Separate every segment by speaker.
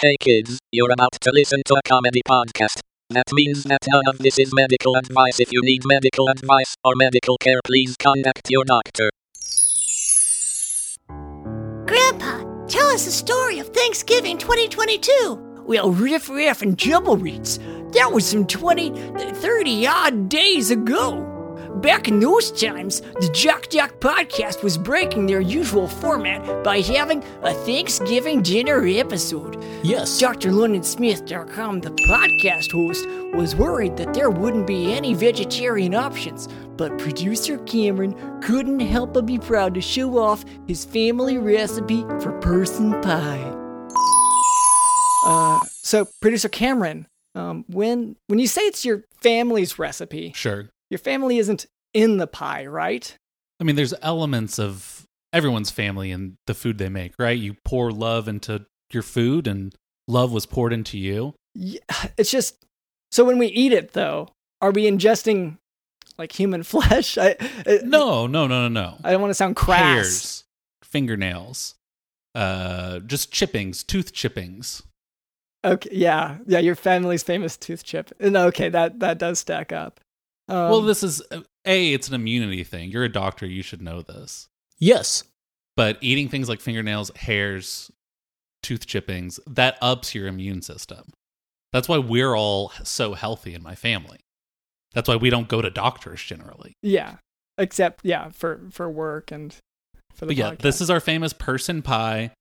Speaker 1: Hey kids, you're about to listen to a comedy podcast. That means that none of this is medical advice. If you need medical advice or medical care, please contact your doctor.
Speaker 2: Grandpa, tell us the story of Thanksgiving 2022.
Speaker 3: Well, riff raff and jumble reeds. That was some 20, 30 odd days ago. Back in those times, the Jock Jock podcast was breaking their usual format by having a Thanksgiving dinner episode.
Speaker 4: Yes.
Speaker 3: Dr. London Smith, com, the podcast host, was worried that there wouldn't be any vegetarian options, but producer Cameron couldn't help but be proud to show off his family recipe for person pie. Uh, so, producer Cameron, um, when when you say it's your family's recipe,
Speaker 4: Sure.
Speaker 3: your family isn't in the pie, right?
Speaker 4: I mean, there's elements of everyone's family and the food they make, right? You pour love into your food, and love was poured into you.
Speaker 3: Yeah, it's just so when we eat it, though, are we ingesting like human flesh? I, I-
Speaker 4: No, no, no, no, no.
Speaker 3: I don't want to sound crass.
Speaker 4: Hairs, fingernails, uh, just chippings, tooth chippings.
Speaker 3: Okay, yeah, yeah, your family's famous tooth chip. And okay, that that does stack up. Um,
Speaker 4: well, this is uh, a. It's an immunity thing. You're a doctor. You should know this.
Speaker 5: Yes.
Speaker 4: But eating things like fingernails, hairs, tooth chippings, that ups your immune system. That's why we're all so healthy in my family. That's why we don't go to doctors generally.
Speaker 3: yeah, except yeah for for work and for the
Speaker 4: But yeah,
Speaker 3: podcast.
Speaker 4: this is our famous person pie,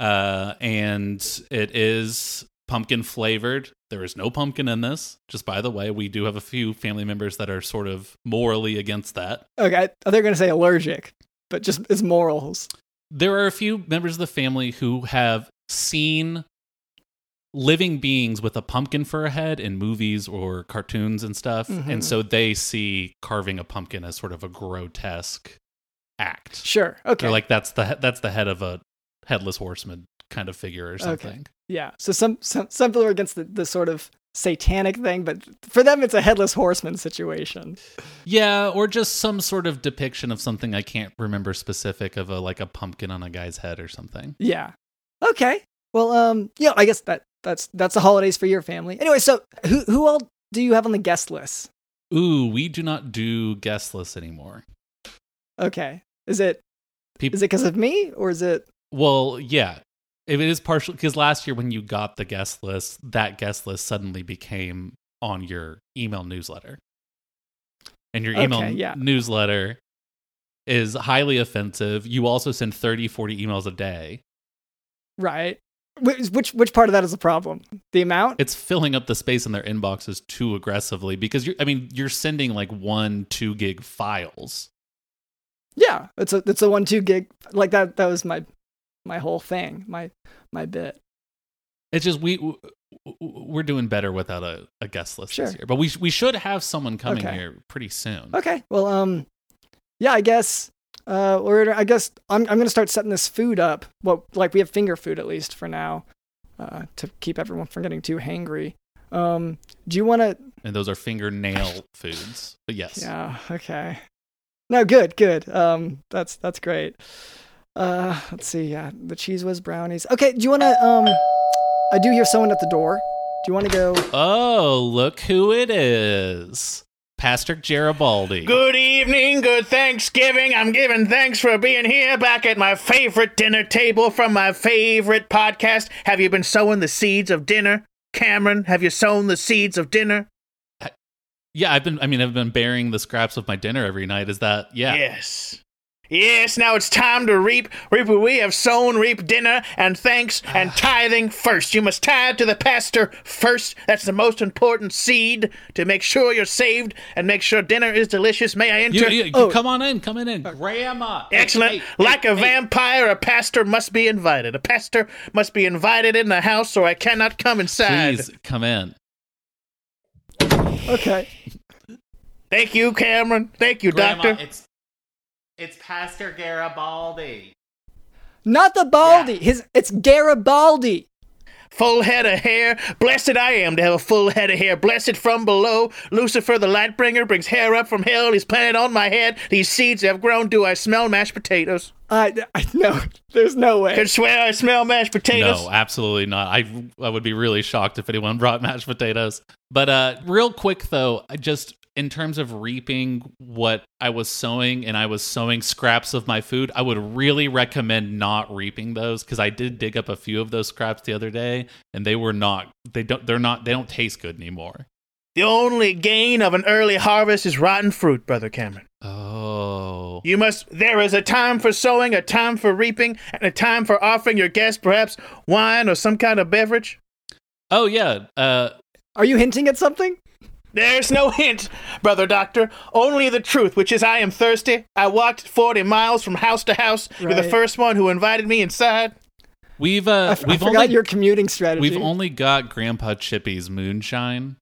Speaker 4: uh, and it is pumpkin flavored. There is no pumpkin in this. Just by the way, we do have a few family members that are sort of morally against that.
Speaker 3: okay. They're gonna say allergic, but just it's morals.
Speaker 4: There are a few members of the family who have seen living beings with a pumpkin for a head in movies or cartoons and stuff, and
Speaker 3: Mhm.
Speaker 4: so they see carving a pumpkin as sort of a grotesque act.
Speaker 3: Sure. Okay.
Speaker 4: They're like that's the that's the head of a headless horseman kind of figure or something.
Speaker 3: yeah. So some some some people are against the, the sort of satanic thing, but for them it's a headless horseman situation.
Speaker 4: Yeah, or just some sort of depiction of something I can't remember specific of a like a pumpkin on a guy's head or something.
Speaker 3: Yeah. Okay. Well, um, yeah, I guess that that's that's the holidays for your family. Anyway, so who who all do you have on the guest list?
Speaker 4: Ooh, we do not do guest lists anymore.
Speaker 3: Okay. Is it
Speaker 4: Peop-
Speaker 3: is it because of me or is it
Speaker 4: Well, yeah. If it is partial because last year when you got the guest list, that guest list suddenly became on your email newsletter. And your email
Speaker 3: Okay, yeah.
Speaker 4: newsletter is highly offensive. You also send 30, 40 emails a day.
Speaker 3: right? Which which which part of that is the problem? The amount?
Speaker 4: it's filling up the space in their inboxes too aggressively because you're i mean you're sending like one two gig files
Speaker 3: yeah, it's a it's a one two gig like that. That was my my whole thing, my my bit.
Speaker 4: it's just we w- w- we're doing better without a, a guest list
Speaker 3: Sure.
Speaker 4: this year but we, sh- we should have someone coming
Speaker 3: Okay.
Speaker 4: here pretty soon
Speaker 3: Okay. Well, um, yeah, I guess. Uh, or I guess I'm I'm gonna start setting this food up. Well, like we have finger food at least for now, uh, to keep everyone from getting too hangry. Um, do you want to?
Speaker 4: and those are fingernail foods but yes
Speaker 3: Yeah. Okay. No, good, good. Um, that's that's great. Uh, let's see. Yeah, the cheese was brownies. Okay. Do you want to? Um, I do hear someone at the door. Do you want to go?
Speaker 4: oh look who it is pastor garibaldi
Speaker 6: Good evening, good Thanksgiving. I'm giving thanks for being here back at my favorite dinner table from my favorite podcast. Have you been sowing the seeds of dinner? Cameron, have you sown the seeds of dinner?
Speaker 4: yeah i've been i mean i've been burying the scraps of my dinner every night is that yeah
Speaker 6: Yes. Yes, now it's time to reap. Reap what we have sown, reap dinner and thanks and tithing first. You must tithe to the pastor first. That's the most important seed to make sure you're saved and make sure dinner is delicious. May I enter?
Speaker 4: you, you- you
Speaker 3: Oh.
Speaker 4: come on in come on in grandma
Speaker 6: Excellent. like a vampire, a pastor must be invited. A pastor must be invited in the house, or I cannot come inside.
Speaker 4: please come in
Speaker 3: Okay.
Speaker 6: Thank you, Cameron. Thank you, Doctor.
Speaker 4: It's it's Pastor Garibaldi.
Speaker 3: Not the Baldy. His it's Garibaldi.
Speaker 6: Full head of hair. Blessed I am to have a full head of hair. Blessed from below. Lucifer, the light bringer, brings hair up from hell. He's planted on my head. These seeds have grown. Do I smell mashed potatoes?
Speaker 3: I, I no, there's no way.
Speaker 6: Could swear I smell mashed potatoes.
Speaker 4: No, absolutely not. I I would be really shocked if anyone brought mashed potatoes. But uh real quick though, I just in terms of reaping what I was sowing and I was sowing scraps of my food, I would really recommend not reaping those cuz I did dig up a few of those scraps the other day and they were not they don't they're not they don't taste good anymore.
Speaker 6: The only gain of an early harvest is rotten fruit, Brother Cameron.
Speaker 4: Oh.
Speaker 6: You must. There is a time for sowing, a time for reaping, and a time for offering your guests perhaps wine or some kind of beverage.
Speaker 4: Oh yeah. Uh
Speaker 3: Are you hinting at something?
Speaker 6: There's no hint, brother doctor. Only the truth, which is I am thirsty. I walked 40 miles from house to house. You're the
Speaker 3: Right.
Speaker 6: first one who invited me inside.
Speaker 4: we've
Speaker 3: I
Speaker 4: uh
Speaker 3: f- I
Speaker 4: we've
Speaker 3: forgot
Speaker 4: only
Speaker 3: your commuting strategy.
Speaker 4: we've only got Grandpa Chippy's moonshine.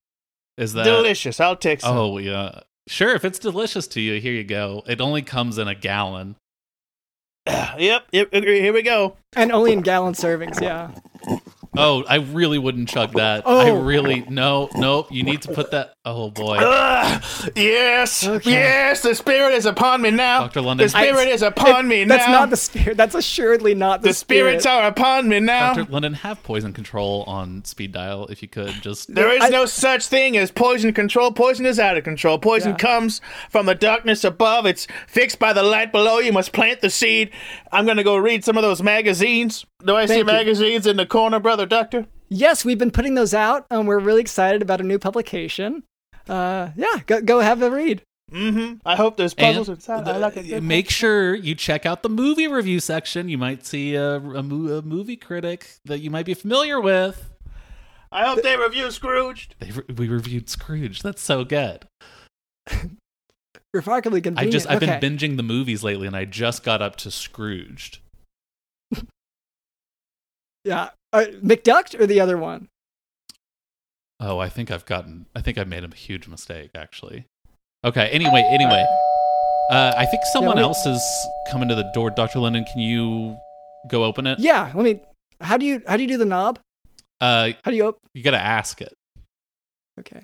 Speaker 4: Is that
Speaker 6: Delicious. I'll take some.
Speaker 4: Oh yeah, sure. If it's delicious to you, here you go. It only comes in a gallon.
Speaker 6: Yep, yep. Here we go.
Speaker 3: and only in gallon servings. Yeah.
Speaker 4: Oh, I really wouldn't chug that. I
Speaker 3: Oh.
Speaker 4: really no, no. You need to put that. Oh
Speaker 6: Um,
Speaker 4: boy,
Speaker 6: Ugh, yes,
Speaker 3: Okay.
Speaker 6: yes. The spirit is upon me now.
Speaker 4: Dr. London.
Speaker 6: The spirit is upon me now.
Speaker 3: That's not the spirit. That's assuredly not the,
Speaker 6: The spirits are upon me now.
Speaker 4: Doctor London, have poison control on speed dial if you could. Just
Speaker 6: There is
Speaker 3: I-
Speaker 6: no such thing as poison control. Poison is out of control. Poison
Speaker 3: Yeah.
Speaker 6: comes from the darkness above. It's fixed by the light below. You must plant the seed. I'm going to go read some of those magazines. Do I see
Speaker 3: Thank you.
Speaker 6: magazines in the corner, brother doctor?
Speaker 3: Yes, we've been putting those out, and we're really excited about a new publication. Uh, yeah, go go have a read.
Speaker 6: Mm-hmm. I hope there's
Speaker 4: and
Speaker 6: puzzles inside. I
Speaker 4: the- uh,
Speaker 6: like it.
Speaker 4: make sure you check out the movie review section. You might see a, a, mo- a movie critic that you might be familiar with.
Speaker 6: I hope they review Scrooged.
Speaker 4: They re- we reviewed Scrooge. That's so good.
Speaker 3: Remarkably
Speaker 4: I
Speaker 3: convenient.
Speaker 4: just I've
Speaker 3: Okay.
Speaker 4: been binging the movies lately, and I just got up to Scrooged.
Speaker 3: yeah. Uh, McDuck or the other one?
Speaker 4: Oh, I think I've gotten. I think I made a huge mistake, actually. Okay. Anyway, anyway, uh, I think someone
Speaker 3: we-
Speaker 4: else is coming to the door. Doctor Linden, can you go open it?
Speaker 3: Yeah. Let me. How do you how do you do the knob?
Speaker 4: Uh,
Speaker 3: How do you op-
Speaker 4: you gotta ask it.
Speaker 3: Okay.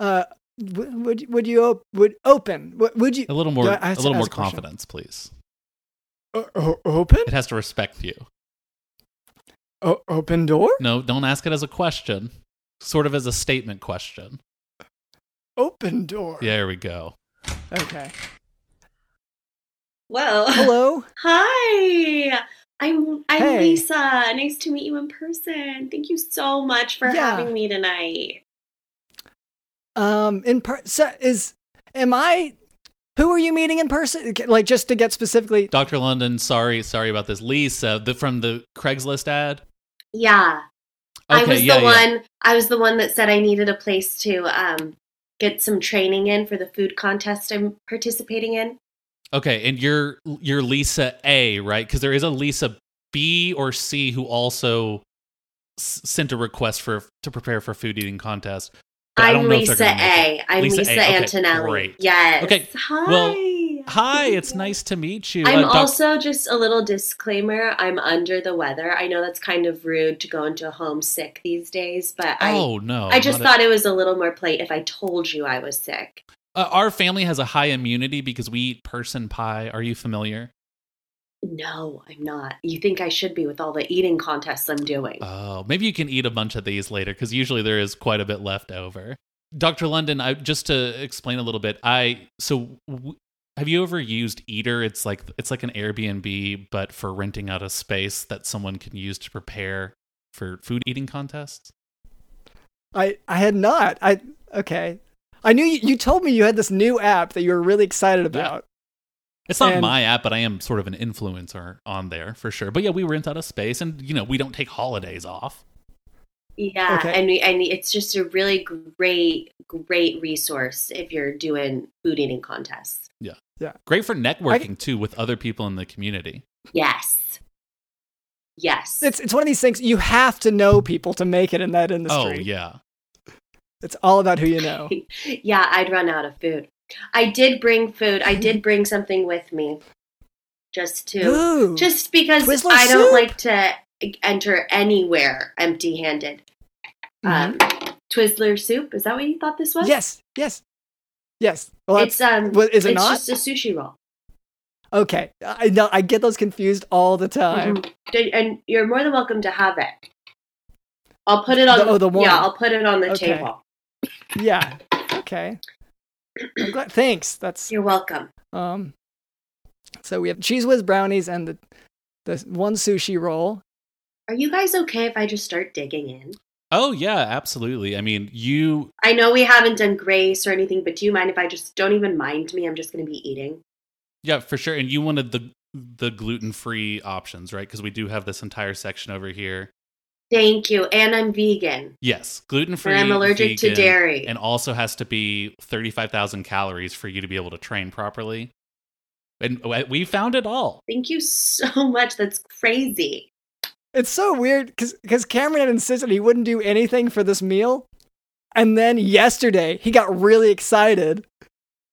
Speaker 3: Uh, w- would would you op- would open? W- would you
Speaker 4: A little more.
Speaker 3: Do I- I
Speaker 4: a
Speaker 3: have to
Speaker 4: little more
Speaker 3: ask a question?
Speaker 4: confidence, please.
Speaker 3: o- o- open?
Speaker 4: It has to respect you.
Speaker 3: O- open door?
Speaker 4: No, don't ask it as a question. Sort of as a statement question.
Speaker 3: Open door.
Speaker 4: Yeah, there we go.
Speaker 3: Okay.
Speaker 5: Well,
Speaker 3: Hello.
Speaker 5: hi. I'm I'm
Speaker 3: Hey.
Speaker 5: Lisa. Nice to meet you in person. Thank you so much for
Speaker 3: Yeah.
Speaker 5: having me tonight.
Speaker 3: Um, in per- so is am I? Who are you meeting in person? Like just to get specifically.
Speaker 4: Doctor London, sorry, sorry about this. Lisa, the, from the Craigslist ad.
Speaker 5: Yeah. I was
Speaker 4: yeah,
Speaker 5: the
Speaker 4: yeah.
Speaker 5: one I was the one that said I needed a place to um get some training in for the food contest I'm participating in.
Speaker 4: Okay, and you're you're Lisa A, right? Because there is a Lisa B or C who also s- sent a request for to prepare for food eating contest. but I
Speaker 5: I'm
Speaker 4: don't know if they're
Speaker 5: Lisa
Speaker 4: gonna make it.
Speaker 5: A. I'm
Speaker 4: Lisa
Speaker 5: Lisa,
Speaker 4: A, okay,
Speaker 5: Antonelli.
Speaker 4: great.
Speaker 5: Yes.
Speaker 4: Okay,
Speaker 5: Hi.
Speaker 4: well, Hi,
Speaker 5: Thank
Speaker 4: it's
Speaker 5: you.
Speaker 4: nice to meet you.
Speaker 5: I'm
Speaker 4: Uh, doc-
Speaker 5: also just a little disclaimer. I'm under the weather. I know that's kind of rude to go into a home sick these days, but I
Speaker 4: oh no,
Speaker 5: I just
Speaker 4: not
Speaker 5: thought it was a little more polite if I told you I was sick.
Speaker 4: a- uh, our family has a high immunity because we eat person pie. Are you familiar?
Speaker 5: No, I'm not. You think I should be with all the eating contests I'm doing?
Speaker 4: Oh, maybe you can eat a bunch of these later because usually there is quite a bit left over. Dr. London, I just to explain a little bit. I so w- have you ever used Eater? It's like it's like an Airbnb, but for renting out a space that someone can use to prepare for food eating contests.
Speaker 3: I I had not. I okay. I knew you, you told me you had this new app that you were really excited about.
Speaker 4: It's not
Speaker 3: And-
Speaker 4: my app, but I am sort of an influencer on there for sure. But yeah, we rent out a space, and you know we don't take holidays off.
Speaker 5: Yeah,
Speaker 3: Okay.
Speaker 5: and and it's just a really great great resource if you're doing food eating contests.
Speaker 4: Great for networking too with other people in the community.
Speaker 5: Yes. Yes.
Speaker 3: It's it's one of these things you have to know people to make it in that
Speaker 4: Oh
Speaker 3: industry.
Speaker 4: yeah,
Speaker 3: It's all about who you know.
Speaker 5: yeah, I'd run out of food. I did bring food. I did bring something with me, just to
Speaker 3: Ooh.
Speaker 5: just because
Speaker 3: Twizzler
Speaker 5: I don't
Speaker 3: soup?
Speaker 5: like to enter anywhere empty-handed.
Speaker 3: Mhm.
Speaker 5: Um, Twizzler soup. Is that what you thought this was?
Speaker 3: yes, yes, yes. Well,
Speaker 5: it's um.
Speaker 3: that's- well, is it
Speaker 5: it's
Speaker 3: not?
Speaker 5: just a sushi roll.
Speaker 3: Okay, I know I get those confused all the time.
Speaker 5: Mhm. Did- And you're more than welcome to have it. I'll put it on.
Speaker 3: The- oh, the one.
Speaker 5: Yeah, I'll put it on the
Speaker 3: Okay.
Speaker 5: table. Mm-hmm.
Speaker 3: Yeah. Okay. I'm glad. Thanks. That's
Speaker 5: You're welcome.
Speaker 3: um. So we have cheese whiz brownies and the the one sushi roll.
Speaker 5: Are you guys okay if I just start digging in?
Speaker 4: Oh yeah, absolutely. I mean, you
Speaker 5: I know we haven't done grace or anything, but do you mind if I just don't even mind me? I'm just going to be eating.
Speaker 4: yeah, for sure. And you wanted the the gluten-free options, right? Cuz we do have this entire section over here.
Speaker 5: Thank you. And I'm vegan.
Speaker 4: Yes, gluten-free.
Speaker 5: And I'm allergic to
Speaker 4: vegan,
Speaker 5: dairy.
Speaker 4: And also has to be 35,000 calories for you to be able to train properly. And w- we found it all.
Speaker 5: Thank you so much. That's crazy.
Speaker 3: It's so weird because Cameron had insisted he wouldn't do anything for this meal, and then yesterday he got really excited.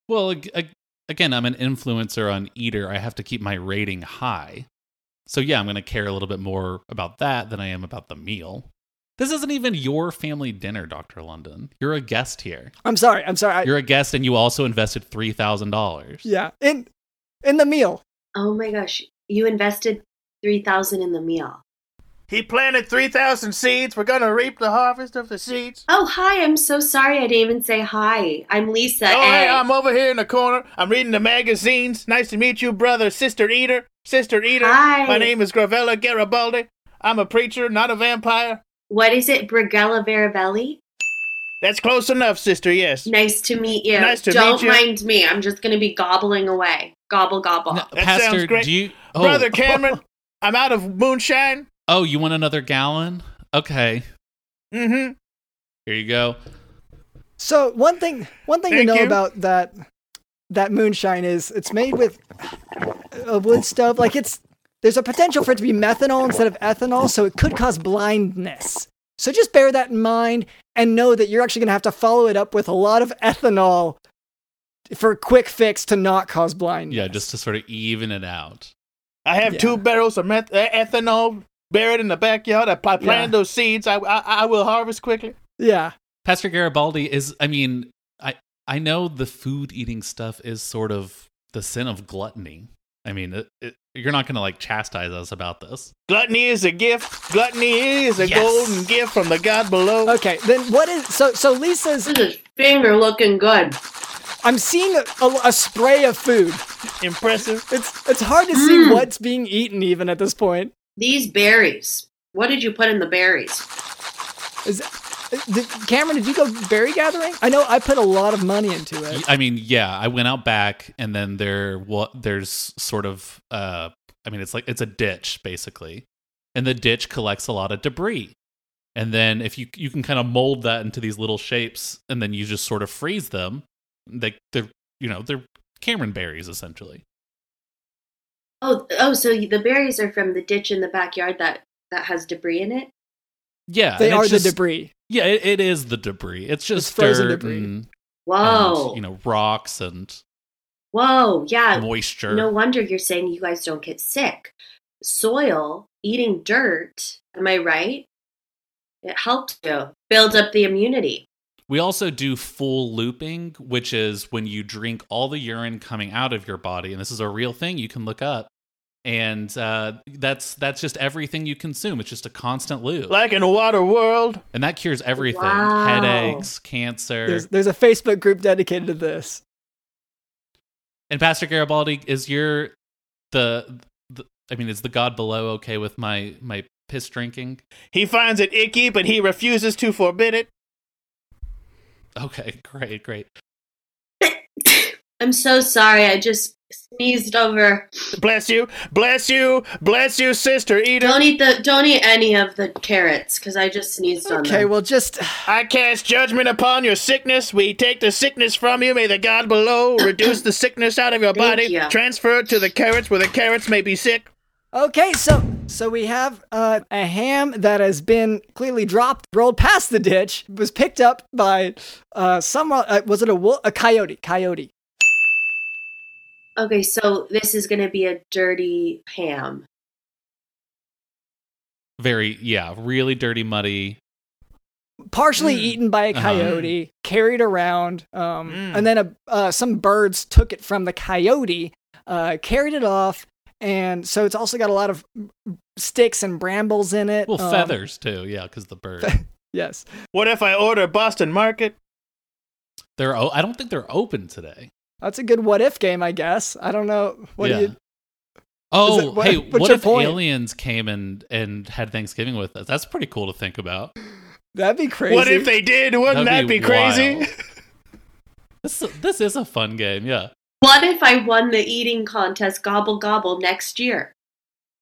Speaker 4: Well, ag- ag- again, I'm an influencer on Eater. I have to keep my rating high. So, yeah, I'm going to care a little bit more about that than I am about the meal. This isn't even your family dinner, Dr. London. You're a guest here.
Speaker 3: I'm sorry. I'm sorry. I,
Speaker 4: You're a guest, and you also invested $3,000.
Speaker 3: yeah. In in the meal.
Speaker 5: Oh my gosh. You invested 3000 in the meal.
Speaker 6: He planted 3,000 seeds. We're going to reap the harvest of the seeds.
Speaker 5: Oh, hi. I'm so sorry. I didn't even say hi. I'm Lisa.
Speaker 6: oh, hey,
Speaker 5: and-
Speaker 6: I'm over here in the corner. I'm reading the magazines. Nice to meet you, brother, sister eater. Sister eater.
Speaker 5: Hi.
Speaker 6: My name is Gravella Garibaldi. I'm a preacher, not a vampire.
Speaker 5: what is it, Brigella Veravelli?
Speaker 6: That's close enough, sister, yes.
Speaker 5: Nice to meet you.
Speaker 6: Nice to
Speaker 5: Don't
Speaker 6: meet you.
Speaker 5: mind me. I'm just going to be gobbling away. Gobble, gobble.
Speaker 4: N-
Speaker 6: That
Speaker 4: Pastor,
Speaker 6: sounds great.
Speaker 4: do you. Oh,
Speaker 6: Brother Cameron, I'm out of moonshine.
Speaker 4: oh, you want another gallon? Okay,
Speaker 6: Mm-hmm.
Speaker 4: here you go.
Speaker 3: So one thing, one thing to
Speaker 6: Thank
Speaker 3: know
Speaker 6: you.
Speaker 3: about that that moonshine is it's made with a wood stove. Like it's there's a potential for it to be methanol instead of ethanol, so it could cause blindness. So just bear that in mind and know that you're actually going to have to follow it up with a lot of ethanol for a quick fix to not cause blindness.
Speaker 4: Yeah, just to sort of even it out.
Speaker 6: I have
Speaker 3: Yeah.
Speaker 6: two barrels of meth- uh, ethanol buried in the backyard. I, I planted
Speaker 3: Yeah.
Speaker 6: those seeds. I, I I will harvest quickly.
Speaker 3: yeah.
Speaker 4: Pastor Garibaldi is I mean, I I know the food eating stuff is sort of the sin of gluttony. I mean, it, it, you're not going to like chastise us about this.
Speaker 6: Gluttony is a gift. Gluttony is a
Speaker 4: Yes. Uh,
Speaker 6: golden gift from the God below.
Speaker 3: Okay. Then what is so? So Lisa's.
Speaker 5: This is finger looking good.
Speaker 3: I'm seeing a, a, a spray of food.
Speaker 6: Impressive.
Speaker 3: It's it's hard to see what's being eaten even at this point.
Speaker 5: These berries. What did you put in the berries?
Speaker 3: Is Uh, did, Cameron, did you go berry gathering? I know I put a lot of money into
Speaker 4: Y-
Speaker 3: it.
Speaker 4: I mean, yeah, I went out back and then there what there's sort of uh I mean, it's like it's a ditch basically. And the ditch collects a lot of debris. And then if you you can kind of mold that into these little shapes and then you just sort of freeze them, like they're you know, they're Cameron berries essentially.
Speaker 5: Oh, oh, so the berries are from the ditch in the backyard that that has debris in it.
Speaker 4: Yeah,
Speaker 3: they
Speaker 4: and
Speaker 3: are
Speaker 4: it's
Speaker 3: the
Speaker 4: just-
Speaker 3: debris.
Speaker 4: Yeah, it, it is the debris. It's just
Speaker 3: frozen
Speaker 4: dirt
Speaker 3: debris.
Speaker 4: And,
Speaker 5: Whoa,
Speaker 4: and, you know, rocks and
Speaker 5: whoa, yeah.
Speaker 4: moisture.
Speaker 5: No wonder you're saying you guys don't get sick. Soil eating dirt. Am I right? It helps you build up the immunity.
Speaker 4: We also do full looping, which is when you drink all the urine coming out of your body, and this is a real thing you can look up. And uh, that's that's just everything you consume. It's just a constant loop,
Speaker 6: Like in a water world.
Speaker 4: and that cures everything:
Speaker 5: Wow.
Speaker 4: headaches, cancer.
Speaker 3: There's there's a Facebook group dedicated to this.
Speaker 4: and Pastor Garibaldi, is your the, the I mean, is the God below okay with my my piss drinking?
Speaker 6: He finds it icky, but he refuses to forbid it.
Speaker 4: Okay, great, great.
Speaker 5: I'm so sorry. I just sneezed over.
Speaker 6: Bless you. Bless you. Bless you, sister eater.
Speaker 5: Don't eat the. Don't eat any of the carrots because I just sneezed on
Speaker 3: Okay,
Speaker 5: them.
Speaker 3: well just
Speaker 6: I cast judgment upon your sickness. We take the sickness from you. May the God below reduce the sickness out of your
Speaker 5: Thank
Speaker 6: body.
Speaker 5: you.
Speaker 6: Transfer it to the carrots where the carrots may be sick.
Speaker 3: okay, so so we have uh, a ham that has been clearly dropped, rolled past the ditch, was picked up by uh someone uh, was it a wolf, a coyote, coyote.
Speaker 5: Okay, so this is gonna be a dirty ham.
Speaker 4: Very, yeah, really dirty, muddy.
Speaker 3: partially
Speaker 6: Mm.
Speaker 3: eaten by a
Speaker 4: Uh-huh.
Speaker 3: coyote, carried around, um,
Speaker 6: Mm.
Speaker 3: and then a, uh, some birds took it from the coyote uh, carried it off. And so it's also got a lot of sticks and brambles in it.
Speaker 4: Well,
Speaker 3: Um,
Speaker 4: feathers too. Yeah, because the bird.
Speaker 3: Yes.
Speaker 6: What if I order Boston Market?
Speaker 4: They're. O- I don't think they're open today.
Speaker 3: That's a good what if game, I guess. I don't know. What
Speaker 4: yeah.
Speaker 3: do you.
Speaker 4: Oh,
Speaker 3: Is it- what-
Speaker 4: hey,
Speaker 3: what's
Speaker 4: what
Speaker 3: your
Speaker 4: if
Speaker 3: point?
Speaker 4: aliens came and and had Thanksgiving with us? That's pretty cool to think about.
Speaker 3: That'd be crazy.
Speaker 6: What if they did? Wouldn't
Speaker 4: That'd
Speaker 6: that
Speaker 4: be
Speaker 6: be, crazy?
Speaker 4: wild. This this is a fun game. Yeah.
Speaker 5: What if I won the eating contest gobble gobble next year?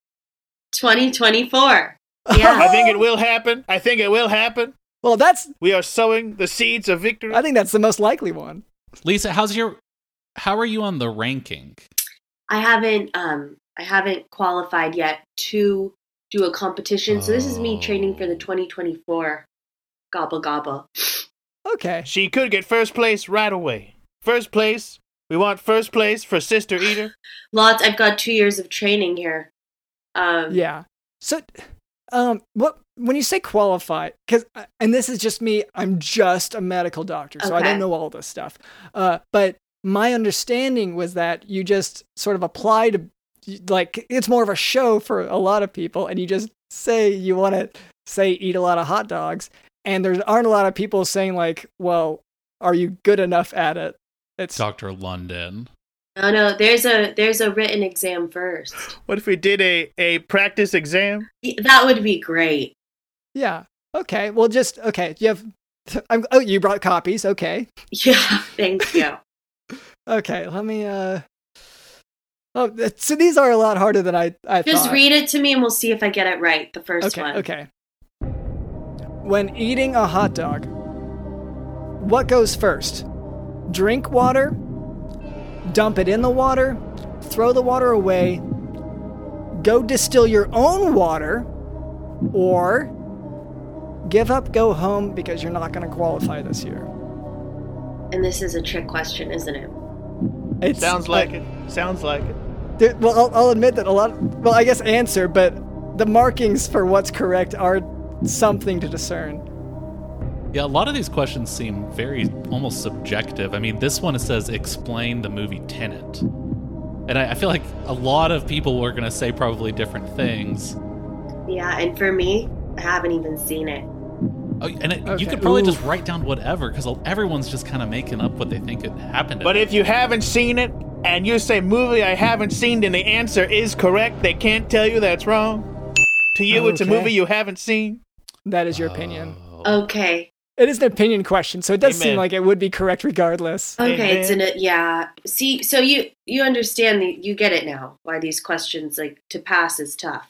Speaker 5: 2024. Yeah.
Speaker 6: I think it will happen. I think it will happen.
Speaker 3: Well, that's.
Speaker 6: We are sowing the seeds of victory.
Speaker 3: I think that's the most likely one.
Speaker 4: Lisa, how's your? How are you on the ranking?
Speaker 5: I haven't um I haven't qualified yet to do a competition. So this is me training for the
Speaker 4: Oh.
Speaker 5: 2024 gobble gobble.
Speaker 3: Okay.
Speaker 6: She could get first place right away. First place. We want first place for Sister Eater.
Speaker 5: Lots I've got 2 years of training here. Um
Speaker 3: Yeah. So, um, what when you say qualify, because and this is just me, I'm just a medical doctor, so I
Speaker 5: Okay.
Speaker 3: don't know all this stuff. Uh, but my understanding was that you just sort of apply to, like, it's more of a show for a lot of people, and you just say you want to say eat a lot of hot dogs, and there aren't a lot of people saying like, well, are you good enough at it? It's
Speaker 4: Doctor London.
Speaker 5: no no, there's a there's a written exam first.
Speaker 6: what if we did a, a practice exam?
Speaker 5: Y- That would be great.
Speaker 3: yeah, okay. Well, just okay. You have, I'm, oh, you brought copies, okay.
Speaker 5: Yeah, thank you.
Speaker 3: Okay, let me. uh Oh, th- so these are a lot harder than I I
Speaker 5: Just
Speaker 3: thought.
Speaker 5: read it to me and we'll see if I get it right the first
Speaker 3: okay,
Speaker 5: one.
Speaker 3: okay. When eating a hot dog, what goes first? Drink water, dump it in the water, throw the water away, go distill your own water, or give up, go home because you're not going to qualify this year.
Speaker 5: And this is a trick question, isn't it?
Speaker 3: It
Speaker 6: Sounds like it. Sounds like it.
Speaker 3: There, well, I'll, I'll admit that a lot. Well, I guess answer, but the markings for what's correct are something to discern.
Speaker 4: Yeah, a lot of these questions seem very almost subjective. I mean, this one it says explain the movie Tenet. And I, I feel like a lot of people were going to say probably different things.
Speaker 5: Yeah, and for me, I haven't even seen it.
Speaker 4: Oh, and it,
Speaker 3: Okay.
Speaker 4: you could probably just
Speaker 3: Ooh.
Speaker 4: write down whatever because everyone's just kind of making up what they think it happened.
Speaker 6: But if you haven't seen it and you say movie I haven't seen, then the answer is correct. They can't tell you that's wrong. To you, it's a
Speaker 3: Okay.
Speaker 6: movie you haven't seen.
Speaker 3: That is your opinion.
Speaker 5: Okay.
Speaker 3: It is an opinion question, so it does seem
Speaker 6: Amen.
Speaker 3: like it would be correct regardless.
Speaker 5: Okay,
Speaker 6: Amen.
Speaker 5: it's in it. Yeah. See, so you you understand the, you get it now why these questions like to pass is tough.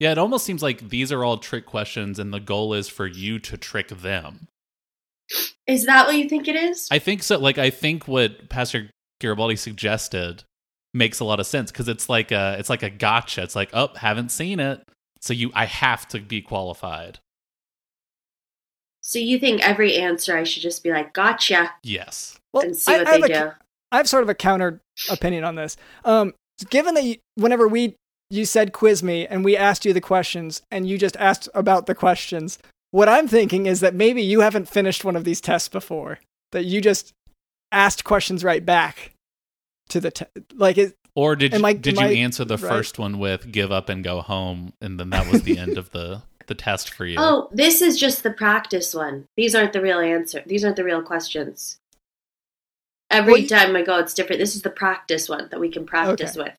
Speaker 4: yeah, it almost seems like these are all trick questions, and the goal is for you to trick them.
Speaker 5: Is that what you think it is?
Speaker 4: I think so. Like, I think what Pastor Garibaldi suggested makes a lot of sense because it's like a it's like a gotcha. It's like, oh, haven't seen it, so you I have to be qualified.
Speaker 5: so you think every answer I should just be like, gotcha,
Speaker 4: Yes.
Speaker 3: Well,
Speaker 5: and see what
Speaker 3: have
Speaker 5: they
Speaker 3: a-
Speaker 5: do.
Speaker 3: I have sort of a counter opinion on this. Um, given that you, whenever we you said quiz me and we asked you the questions and you just asked about the questions, what I'm thinking is that maybe you haven't finished one of these tests before. That you just asked questions right back to the te- like it,
Speaker 4: Or did
Speaker 3: Am
Speaker 4: you,
Speaker 3: I-
Speaker 4: did you
Speaker 3: am I
Speaker 4: answer the
Speaker 3: right?
Speaker 4: first one with give up and go home, and then that was the end of the the test for you?
Speaker 5: Oh, this is just the practice one. These aren't the real answer. These aren't the real questions. Every
Speaker 3: Well, you-
Speaker 5: time I go, it's different. This is the practice one that we can practice with.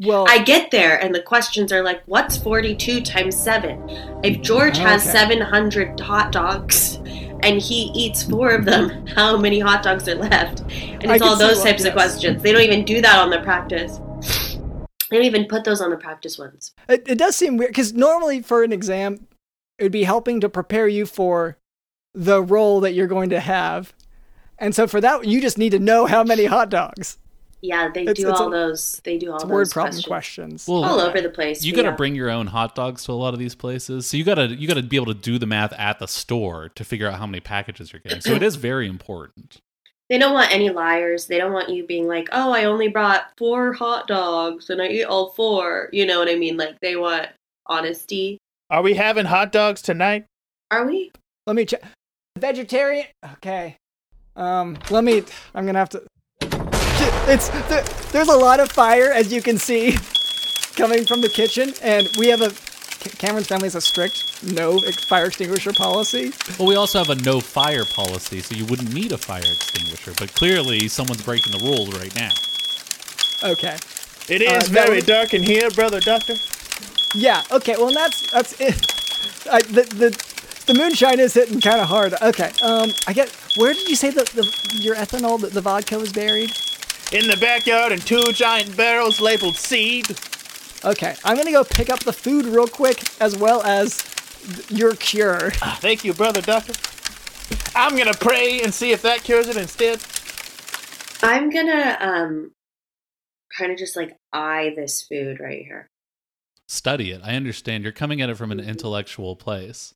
Speaker 3: well
Speaker 5: I get there and the questions are like, what's 42 times 7? If George has
Speaker 3: Oh, Okay.
Speaker 5: 700 hot dogs and he eats four of them, how many hot dogs are left? And
Speaker 3: I can
Speaker 5: it's all
Speaker 3: see
Speaker 5: those
Speaker 3: why,
Speaker 5: types
Speaker 3: yes.
Speaker 5: of questions. They don't even do that on the practice. They don't even put those on the practice ones.
Speaker 3: It, it does seem weird because normally for an exam, it would be helping to prepare you for the role that you're going to have. And so for that, you just need to know how many hot dogs.
Speaker 5: Yeah, they
Speaker 3: It's-
Speaker 5: do
Speaker 3: it's
Speaker 5: all
Speaker 3: a-
Speaker 5: those. They do all
Speaker 3: It's
Speaker 5: those
Speaker 3: word problem
Speaker 5: questions.
Speaker 3: questions.
Speaker 4: Well,
Speaker 5: All over the place.
Speaker 4: Oh, you got
Speaker 5: but
Speaker 4: to
Speaker 5: yeah.
Speaker 4: bring your own hot dogs to a lot of these places, so you gotta you gotta be able to do the math at the store to figure out how many packages you're getting. So it is very important.
Speaker 5: They don't want any liars. They don't want you being like, oh, I only brought four hot dogs and I ate all four. You know what I mean? Like, they want honesty.
Speaker 6: Are we having hot dogs tonight?
Speaker 5: Are we?
Speaker 3: Let me check. Vegetarian? Okay. Um, let me. I'm going to have to. it's there, there's a lot of fire as you can see coming from the kitchen, and we have a Ca- Cameron's family has a strict no ex- fire extinguisher policy.
Speaker 4: Well, we also have a no fire policy, so you wouldn't need a fire extinguisher. But clearly, someone's breaking the rules right now.
Speaker 3: Okay.
Speaker 6: It
Speaker 3: Uh, that
Speaker 6: is very
Speaker 3: would-
Speaker 6: dark in here, brother doctor.
Speaker 3: Yeah. Okay. Well, that's that's it. I, the the the moonshine is hitting kind of hard. Okay. Um. I get. Where did you say that the your ethanol that the vodka was buried?
Speaker 6: In the backyard in two giant barrels labeled seed.
Speaker 3: Okay. I'm gonna go pick up the food real quick, as well as th- your cure.
Speaker 6: Ah, Thank you, brother doctor. I'm gonna pray and see if that cures it instead.
Speaker 5: I'm gonna um kind of just like eye this food right here.
Speaker 4: Study it. I understand you're coming at it from an
Speaker 5: Mm-hmm.
Speaker 4: intellectual place.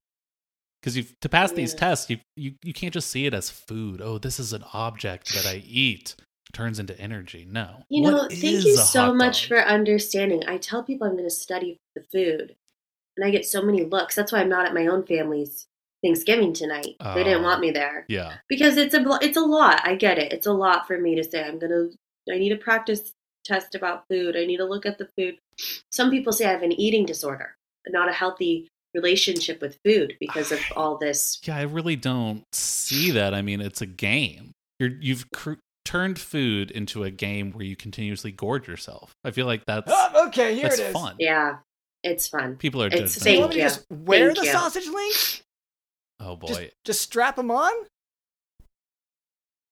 Speaker 4: Because you to pass these
Speaker 5: Yeah.
Speaker 4: tests, you, you you can't just see it as food. Oh, this is an object that I eat. Turns into energy. No.
Speaker 5: You know,
Speaker 4: What
Speaker 5: thank
Speaker 4: is
Speaker 5: you
Speaker 4: a
Speaker 5: so
Speaker 4: hot
Speaker 5: much
Speaker 4: dog?
Speaker 5: for understanding. I tell people I'm gonna study the food, and I get so many looks. That's why I'm not at my own family's Thanksgiving tonight. They didn't
Speaker 4: Oh.
Speaker 5: want me there
Speaker 4: Yeah.
Speaker 5: because it's a bl- it's a lot. I get it. It's a lot for me to say. I'm gonna. I need a practice test about food. I need to look at the food. Some people say I have an eating disorder, not a healthy relationship with food because of all this
Speaker 4: Yeah, I really don't see that. I mean, it's a game. You're you've cr- turned food into a game where you continuously gorge yourself. I feel like that's
Speaker 3: Oh, okay. Here
Speaker 4: that's
Speaker 3: it is.
Speaker 4: fun.
Speaker 5: Yeah, it's fun.
Speaker 4: People are
Speaker 5: It's
Speaker 3: So you
Speaker 4: judgmental.
Speaker 3: want
Speaker 5: Thank
Speaker 3: me to
Speaker 5: you.
Speaker 3: just wear
Speaker 5: Thank
Speaker 3: the
Speaker 5: you.
Speaker 3: sausage link?
Speaker 4: Oh boy.
Speaker 3: Just, just strap them on.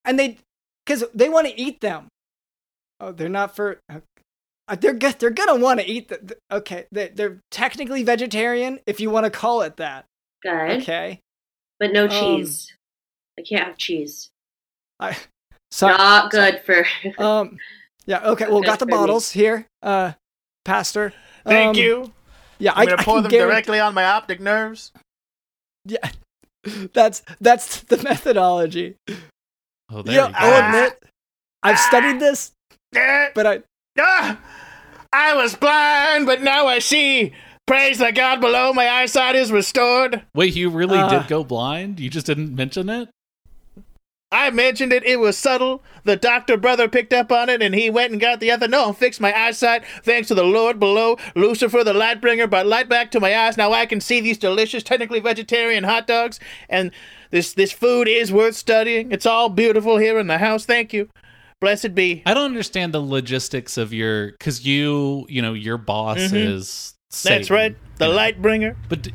Speaker 3: And they, because they want to eat them. Oh, they're not for. uh, uh, They're go- they're gonna want to eat the. the- okay, they, they're technically vegetarian if you want to call it that.
Speaker 5: Good,
Speaker 3: Okay.
Speaker 5: but no
Speaker 3: Um,
Speaker 5: cheese. I can't have cheese.
Speaker 3: I, sorry.
Speaker 5: Not good for.
Speaker 3: Um. Yeah. Okay. Well, got the
Speaker 5: That's pretty.
Speaker 3: bottles here, uh, Pastor. Um,
Speaker 6: Thank you.
Speaker 3: Yeah,
Speaker 6: I'm
Speaker 3: I,
Speaker 6: gonna
Speaker 3: I
Speaker 6: pour
Speaker 3: can
Speaker 6: them
Speaker 3: guarantee-
Speaker 6: directly on my optic nerves.
Speaker 3: Yeah. That's that's the methodology.
Speaker 4: oh,
Speaker 3: You
Speaker 4: there
Speaker 3: know,
Speaker 4: you go.
Speaker 3: I'll admit, I've studied this,
Speaker 6: Ah,
Speaker 3: but I
Speaker 6: ah, I was blind, but now I see. Praise the God below, my eyesight is restored.
Speaker 4: Wait, you really
Speaker 3: Uh,
Speaker 4: did go blind? You just didn't mention it?
Speaker 6: I mentioned it, it was subtle. The doctor brother picked up on it and he went and got the other. No, and fixed my eyesight thanks to the Lord below, Lucifer the light bringer, brought light back to my eyes. Now I can see these delicious, technically vegetarian hot dogs. And this, this food is worth studying. It's all beautiful here in the house. Thank you. Blessed be.
Speaker 4: I don't understand the logistics of your cuz you, you know, your boss
Speaker 6: Mhm.
Speaker 4: is
Speaker 6: That's
Speaker 4: Satan,
Speaker 6: right, the
Speaker 4: you know.
Speaker 6: light bringer.
Speaker 4: But d-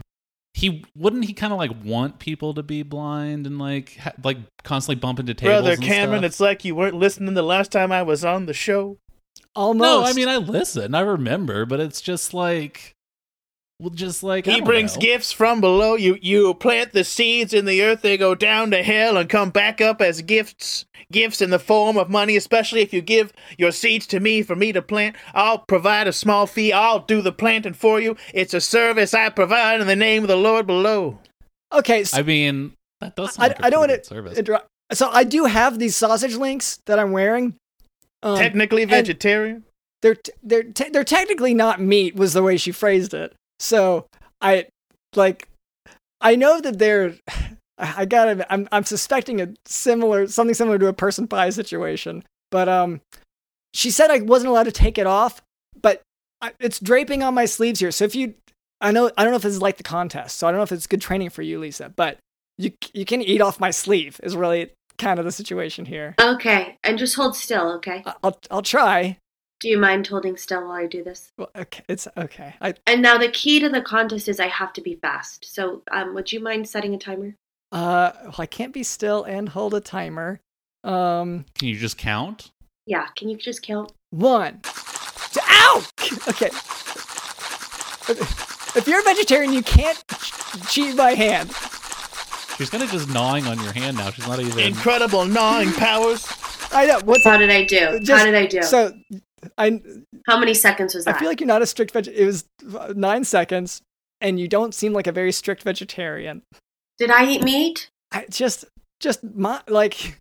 Speaker 4: he wouldn't he kind of like want people to be blind and like ha- like constantly bump into tables
Speaker 6: Brother
Speaker 4: and
Speaker 6: Cameron,
Speaker 4: stuff?
Speaker 6: it's like you weren't listening the last time I was on the show.
Speaker 3: almost.
Speaker 4: No, I mean I listen, I remember, but it's just like, well, just like I
Speaker 6: He
Speaker 4: don't
Speaker 6: brings
Speaker 4: know.
Speaker 6: gifts from below. You you plant the seeds in the earth, they go down to hell and come back up as gifts. Gifts in the form of money, especially if you give your seeds to me for me to plant. I'll provide a small fee. I'll do the planting for you. It's a service I provide in the name of the Lord below.
Speaker 3: okay. So
Speaker 4: I mean, that does. Sound
Speaker 3: I,
Speaker 4: like a
Speaker 3: I don't want
Speaker 4: pretty good
Speaker 3: to.
Speaker 4: service.
Speaker 3: interrupt- So I do have these sausage links that I'm wearing. Um,
Speaker 6: Technically
Speaker 3: and-
Speaker 6: vegetarian.
Speaker 3: they're t- they're te- they're technically not meat was the way she phrased it. So I like I know that they're I I gotta I'm I'm suspecting a similar something similar to a person pie situation. But um, she said I wasn't allowed to take it off, but I, it's draping on my sleeves here. So if you I know I don't know if this is like the contest, so I don't know if it's good training for you, Lisa. But you you can eat off my sleeve is really kind of the situation here.
Speaker 5: okay, and just hold still. Okay.
Speaker 3: I- I'll I'll try.
Speaker 5: Do you mind holding still while I do this?
Speaker 3: Well, okay, it's okay. I
Speaker 5: And now the key to the contest is I have to be fast. So, um, would you mind setting a timer?
Speaker 3: Uh, well, I can't be still and hold a timer. Um,
Speaker 4: Can you just count?
Speaker 5: Yeah. Can you just count?
Speaker 3: one. T- Ow! Okay. If you're a vegetarian, you can't ch- cheat by hand.
Speaker 4: She's kind of just gnawing on your hand now. She's not even.
Speaker 6: Incredible gnawing powers.
Speaker 3: I know. What's
Speaker 5: How did I do? How
Speaker 3: Just-
Speaker 5: did I do?
Speaker 3: so? I
Speaker 5: How many seconds was
Speaker 3: I
Speaker 5: that?
Speaker 3: feel like you're not a strict veg. It was uh, nine seconds, and you don't seem like a very strict vegetarian.
Speaker 5: did I eat meat?
Speaker 3: I just, just my like.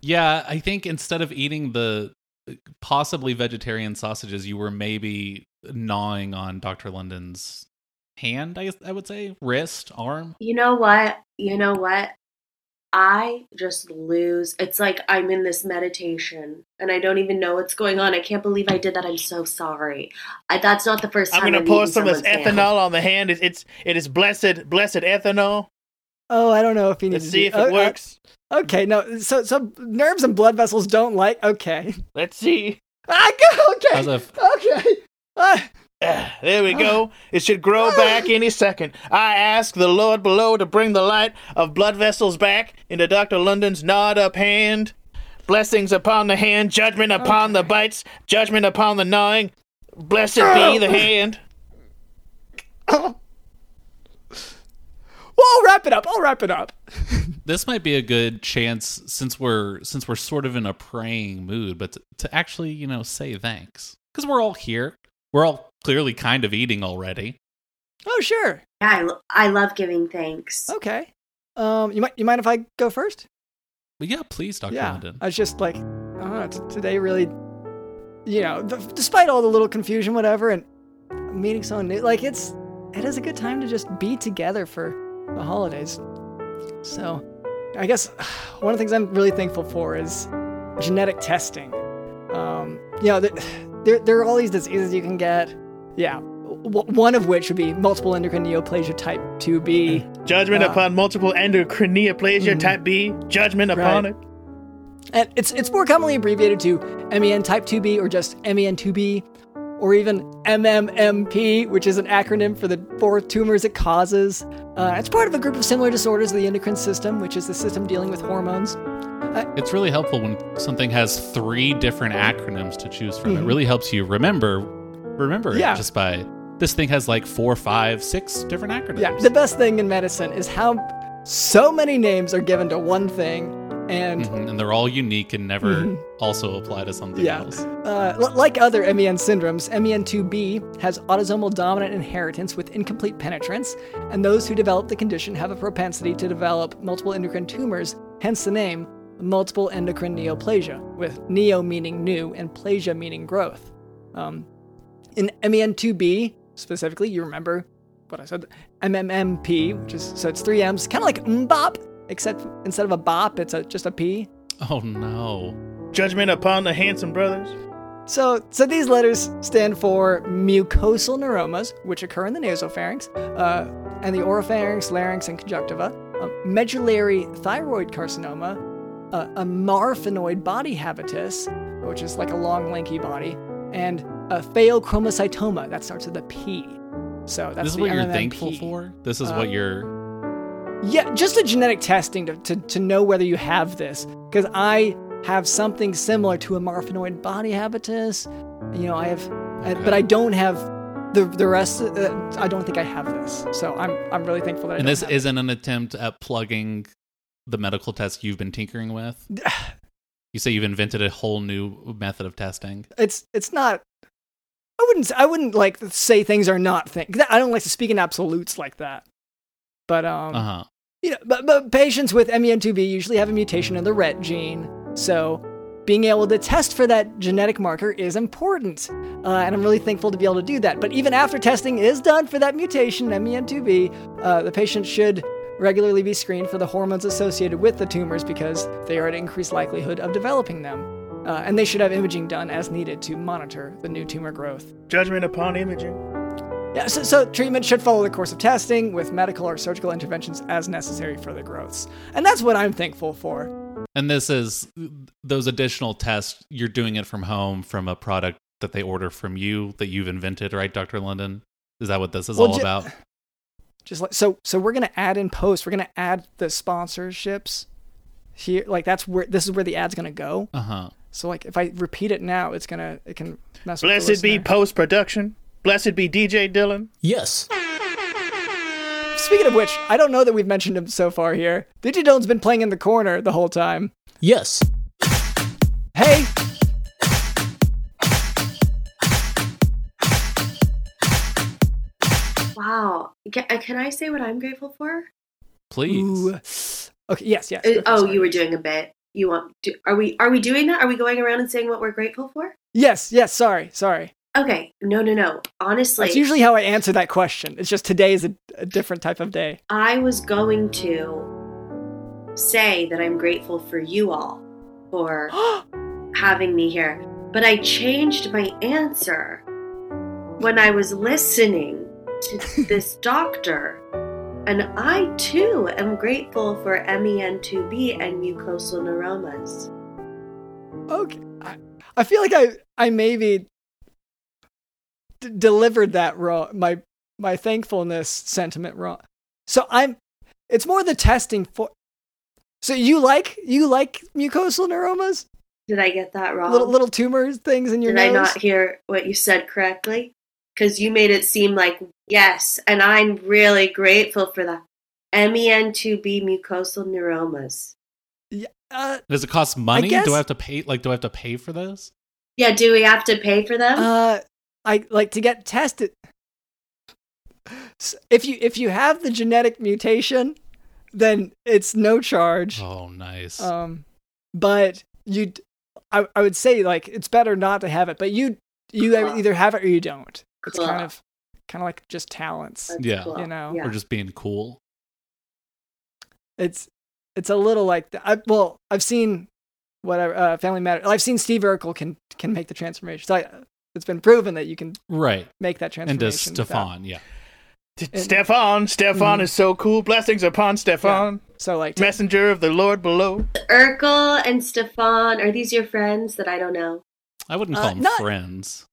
Speaker 4: Yeah, I think instead of eating the uh, possibly vegetarian sausages, you were maybe gnawing on Dr. London's hand. I guess I would say wrist, arm.
Speaker 5: You know what? You know what? I just lose. It's like I'm in this meditation and I don't even know what's going on. I can't believe I did that. I'm so sorry. I, that's not the first time.
Speaker 6: I'm gonna
Speaker 5: I've
Speaker 6: pour
Speaker 5: eaten
Speaker 6: some of this
Speaker 5: someone's
Speaker 6: ethanol
Speaker 5: hand.
Speaker 6: on the hand. It's, it's it is blessed blessed ethanol.
Speaker 3: Oh, I don't know if you need
Speaker 6: Let's
Speaker 3: to
Speaker 6: see
Speaker 3: do-
Speaker 6: if
Speaker 3: oh,
Speaker 6: it
Speaker 3: oh,
Speaker 6: works.
Speaker 3: okay, no. So, so nerves and blood vessels don't like. Okay.
Speaker 6: Let's see.
Speaker 3: Ah, go- okay.
Speaker 4: How's that?
Speaker 3: Okay. Ah,
Speaker 6: Ah, There we go. It should grow back any second. I ask the Lord below to bring the light of blood vessels back into Dr. London's gnawed up hand. Blessings upon the hand, judgment upon the bites, judgment upon the gnawing. Blessed be the hand.
Speaker 3: well, I'll wrap it up. I'll wrap it up.
Speaker 4: this might be a good chance since we're since we're sort of in a praying mood but to, to actually you know say thanks because we're all here we're all clearly kind of eating already
Speaker 3: Oh, sure.
Speaker 5: Yeah, I, lo- I love giving thanks.
Speaker 6: Oh.
Speaker 3: Okay. Um, you might you mind if I go first?
Speaker 4: but yeah please dr
Speaker 3: yeah.
Speaker 4: london
Speaker 3: I was just like, oh, t- today really, you know, d- despite all the little confusion, whatever, and meeting someone new, like it's it is a good time to just be together for the holidays. So, I guess one of the things I'm really thankful for is genetic testing. Um, you know, th- there there are all these diseases you can get. Yeah. W- one of which would be multiple endocrine neoplasia type 2B.
Speaker 6: Judgment
Speaker 3: Ah.
Speaker 6: upon multiple endocrineoplasia type B. Judgment upon
Speaker 3: Right.
Speaker 6: it.
Speaker 3: And it's it's more commonly abbreviated to MEN type 2B or just E MEN2B or even MMMP, which is an acronym for the four tumors it causes. Uh, it's part of a group of similar disorders of the endocrine system, which is the system dealing with hormones.
Speaker 4: it's really helpful when something has three different acronyms to choose from it really helps you remember remember
Speaker 3: Mm-hmm. Yeah.
Speaker 4: it just by this thing has like four five six different acronyms
Speaker 3: Yeah, the best thing in medicine is how so many names are given to one thing, and
Speaker 4: Mhm, and they're all unique and never also apply to something
Speaker 3: Mm-hmm. Yeah.
Speaker 4: else
Speaker 3: Uh, l- like other MEN syndromes, E MEN2B has autosomal dominant inheritance with incomplete penetrance, and those who develop the condition have a propensity to develop multiple endocrine tumors, hence the name multiple endocrine neoplasia, with neo meaning new and plasia meaning growth. Um, in E MEN2B, specifically, you remember what I said, MMMP, which is, so it's three M's, kind of like mbop, except instead of a bop, it's a, just a P.
Speaker 4: oh no
Speaker 6: Judgment upon the handsome brothers.
Speaker 3: So, so these letters stand for mucosal neuromas, which occur in the nasopharynx, uh, and the oropharynx, larynx, and conjunctiva, a medullary thyroid carcinoma, uh, a marfanoid body habitus, which is like a long, lanky body, and a pheochromocytoma that starts with a P. So that's
Speaker 4: this is
Speaker 3: the
Speaker 4: what you're
Speaker 3: MMMP.
Speaker 4: thankful for this is what
Speaker 3: Uh,
Speaker 4: you're
Speaker 3: Yeah, just a genetic testing to, to, to know whether you have this. Because I have something similar to a morphinoid body habitus. You know, I have, uh, but I don't have the the rest. Uh, I don't think I have this. So I'm I'm really thankful that. I
Speaker 4: and
Speaker 3: don't
Speaker 4: this
Speaker 3: have
Speaker 4: isn't an attempt at plugging the medical test you've been tinkering with you say you've invented a whole new method of testing
Speaker 3: it. It's it's not. I wouldn't s- I wouldn't like say things are not things. I don't like to speak in absolutes like that. But um.
Speaker 4: uh-huh
Speaker 3: You know, but, but patients with E MEN2B usually have a mutation in the RET gene, so being able to test for that genetic marker is important, uh, and I'm really thankful to be able to do that. But even after testing is done for that mutation, E MEN2B, uh, the patient should regularly be screened for the hormones associated with the tumors because they are at increased likelihood of developing them, uh, and they should have imaging done as needed to monitor the new tumor growth.
Speaker 6: Judgment upon imaging.
Speaker 3: Yeah, so, so treatment should follow the course of testing with medical or surgical interventions as necessary for the growths. And that's what I'm thankful for.
Speaker 4: and this is those additional tests you're doing it from home from a product that they order from you that you've invented right dr london is that what this is
Speaker 3: Well,
Speaker 4: all
Speaker 3: ju-
Speaker 4: about
Speaker 3: Just like so so we're gonna add in post, we're gonna add the sponsorships here. Like that's where this is where the ad's gonna go.
Speaker 4: uh-huh
Speaker 3: So like if I repeat it now, it's gonna it can mess with the
Speaker 6: Blessed be
Speaker 3: listener.
Speaker 6: post production. Blessed be DJ Dylan.
Speaker 7: Yes.
Speaker 3: Speaking of which, I don't know that we've mentioned him so far here. Digidone's been playing in the corner the whole time.
Speaker 7: Yes.
Speaker 3: Hey!
Speaker 5: Wow. Can, can I say what I'm grateful for?
Speaker 4: please
Speaker 3: Ooh. Okay, yes, yes.
Speaker 5: Uh,
Speaker 3: go first,
Speaker 5: oh,
Speaker 3: sorry.
Speaker 5: you were doing a bit. You want? Do, are we? Are we doing that? Are we going around and saying what we're grateful for?
Speaker 3: Yes, yes, sorry, sorry.
Speaker 5: Okay. No, no, no. Honestly,
Speaker 3: That's usually how I answer that question. It's just today is a, a different type of day.
Speaker 5: I was going to say that I'm grateful for you all for
Speaker 3: Oh,
Speaker 5: having me here. But I changed my answer when I was listening to this doctor. And I too am grateful for E MEN2B and mucosal neuromas.
Speaker 3: Okay. I, I feel like I I maybe d- delivered that wrong. My my thankfulness sentiment wrong. So I'm. It's more the testing for. So you like you like mucosal neuromas,
Speaker 5: Did I get that wrong?
Speaker 3: little little tumor things in your
Speaker 5: Did
Speaker 3: nose.
Speaker 5: I not hear what you said correctly? Because you made it seem like yes, and I'm really grateful for E the MEN2B mucosal neuromas.
Speaker 3: Uh,
Speaker 4: Does it cost money?
Speaker 3: guess-
Speaker 4: Do I have to pay? Like, do I have to pay for those?
Speaker 5: Yeah, do we have to pay for them?
Speaker 3: uh, I like to get tested. S- If you if you have the genetic mutation, then it's no charge.
Speaker 4: Oh, nice.
Speaker 3: Um, but you, I, I would say like it's better not to have it, but you you e,
Speaker 5: Cool.
Speaker 3: either have it or you don't. It's kind
Speaker 5: Cool.
Speaker 3: of kind of like just talents.
Speaker 5: That's
Speaker 4: yeah.
Speaker 5: cool.
Speaker 3: You know.
Speaker 5: Yeah.
Speaker 4: Or just being cool.
Speaker 3: It's it's a little like th- I, well I've seen whatever uh, Family Matter. I've seen Steve Urkel can can make the transformation. So I, it's been proven that you can
Speaker 4: Right.
Speaker 3: make that transformation.
Speaker 4: And does
Speaker 3: without-
Speaker 4: Stefan, yeah.
Speaker 6: D-
Speaker 3: And-
Speaker 6: Stefan, Stefan
Speaker 3: Mhm.
Speaker 6: is so cool. Blessings upon Stefan,
Speaker 3: So like to-
Speaker 6: messenger of the Lord below.
Speaker 5: Urkel and Stefan, are these your friends that I don't know?
Speaker 4: I wouldn't
Speaker 3: Uh,
Speaker 4: call them
Speaker 3: not-
Speaker 4: friends.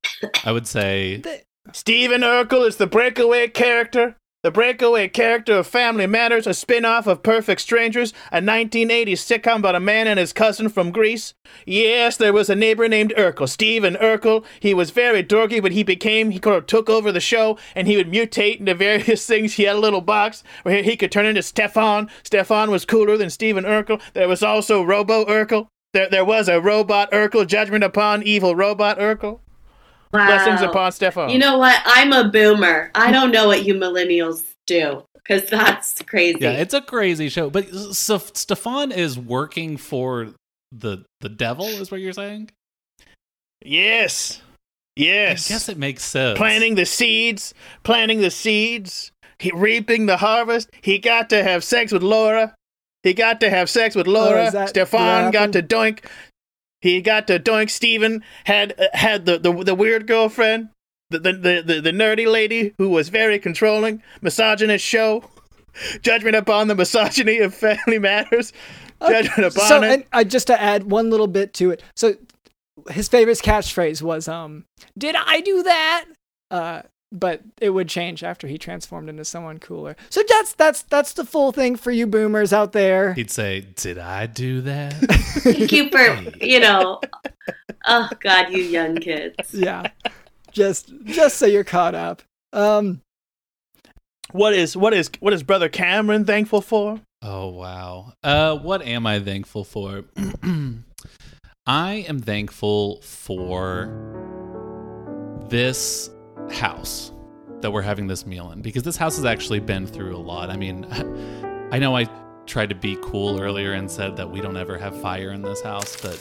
Speaker 4: I would say
Speaker 3: th-
Speaker 6: Steven Urkel is the breakaway character. The breakaway character of Family Matters, a spin off of Perfect Strangers, a 1980s sitcom about a man and his cousin from Greece. Yes, there was a neighbor named Urkel, Steven Urkel. He was very dorky, but he became, he kind of took over the show, and he would mutate into various things. He had a little box where he could turn into Stefan. Stefan was cooler than Steven Urkel. There was also Robo Urkel. There, there was a robot Urkel, judgment upon evil robot Urkel.
Speaker 5: Wow.
Speaker 6: Blessings upon Stefan.
Speaker 5: You know what? I'm a boomer. I don't know what you millennials do because that's crazy.
Speaker 4: Yeah, it's a crazy show. But S- S- Stefan is working for the the devil is what you're saying?
Speaker 6: Yes. Yes.
Speaker 4: I guess it makes sense.
Speaker 6: planting the seeds, planting the seeds, he reaping the harvest. He got to have sex with Laura. He got to have sex with
Speaker 3: Oh,
Speaker 6: Laura.
Speaker 3: is that-
Speaker 6: Stefan
Speaker 3: did that
Speaker 6: got to doink. He got to doink. Steven had uh, had the, the the weird girlfriend, the the, the the the nerdy lady who was very controlling, misogynist show. Judgment upon the misogyny of Family Matters. Judgment upon
Speaker 3: so
Speaker 6: it.
Speaker 3: and I just to add one little bit to it. So his favorite catchphrase was um did I do that? Uh but it would change after he transformed into someone cooler. So that's that's that's the full thing for you boomers out there.
Speaker 4: He'd say, "Did I do that?"
Speaker 5: Thank you for, you know, oh God, you young kids.
Speaker 3: yeah. Just just so you're caught up. Um
Speaker 6: what is what is what is brother Cameron thankful for?
Speaker 4: Oh wow. Uh what am I thankful for? I am thankful for this house that we're having this meal in because this house has actually been through a lot. I mean, I know I tried to be cool earlier and said that we don't ever have fire in this house, but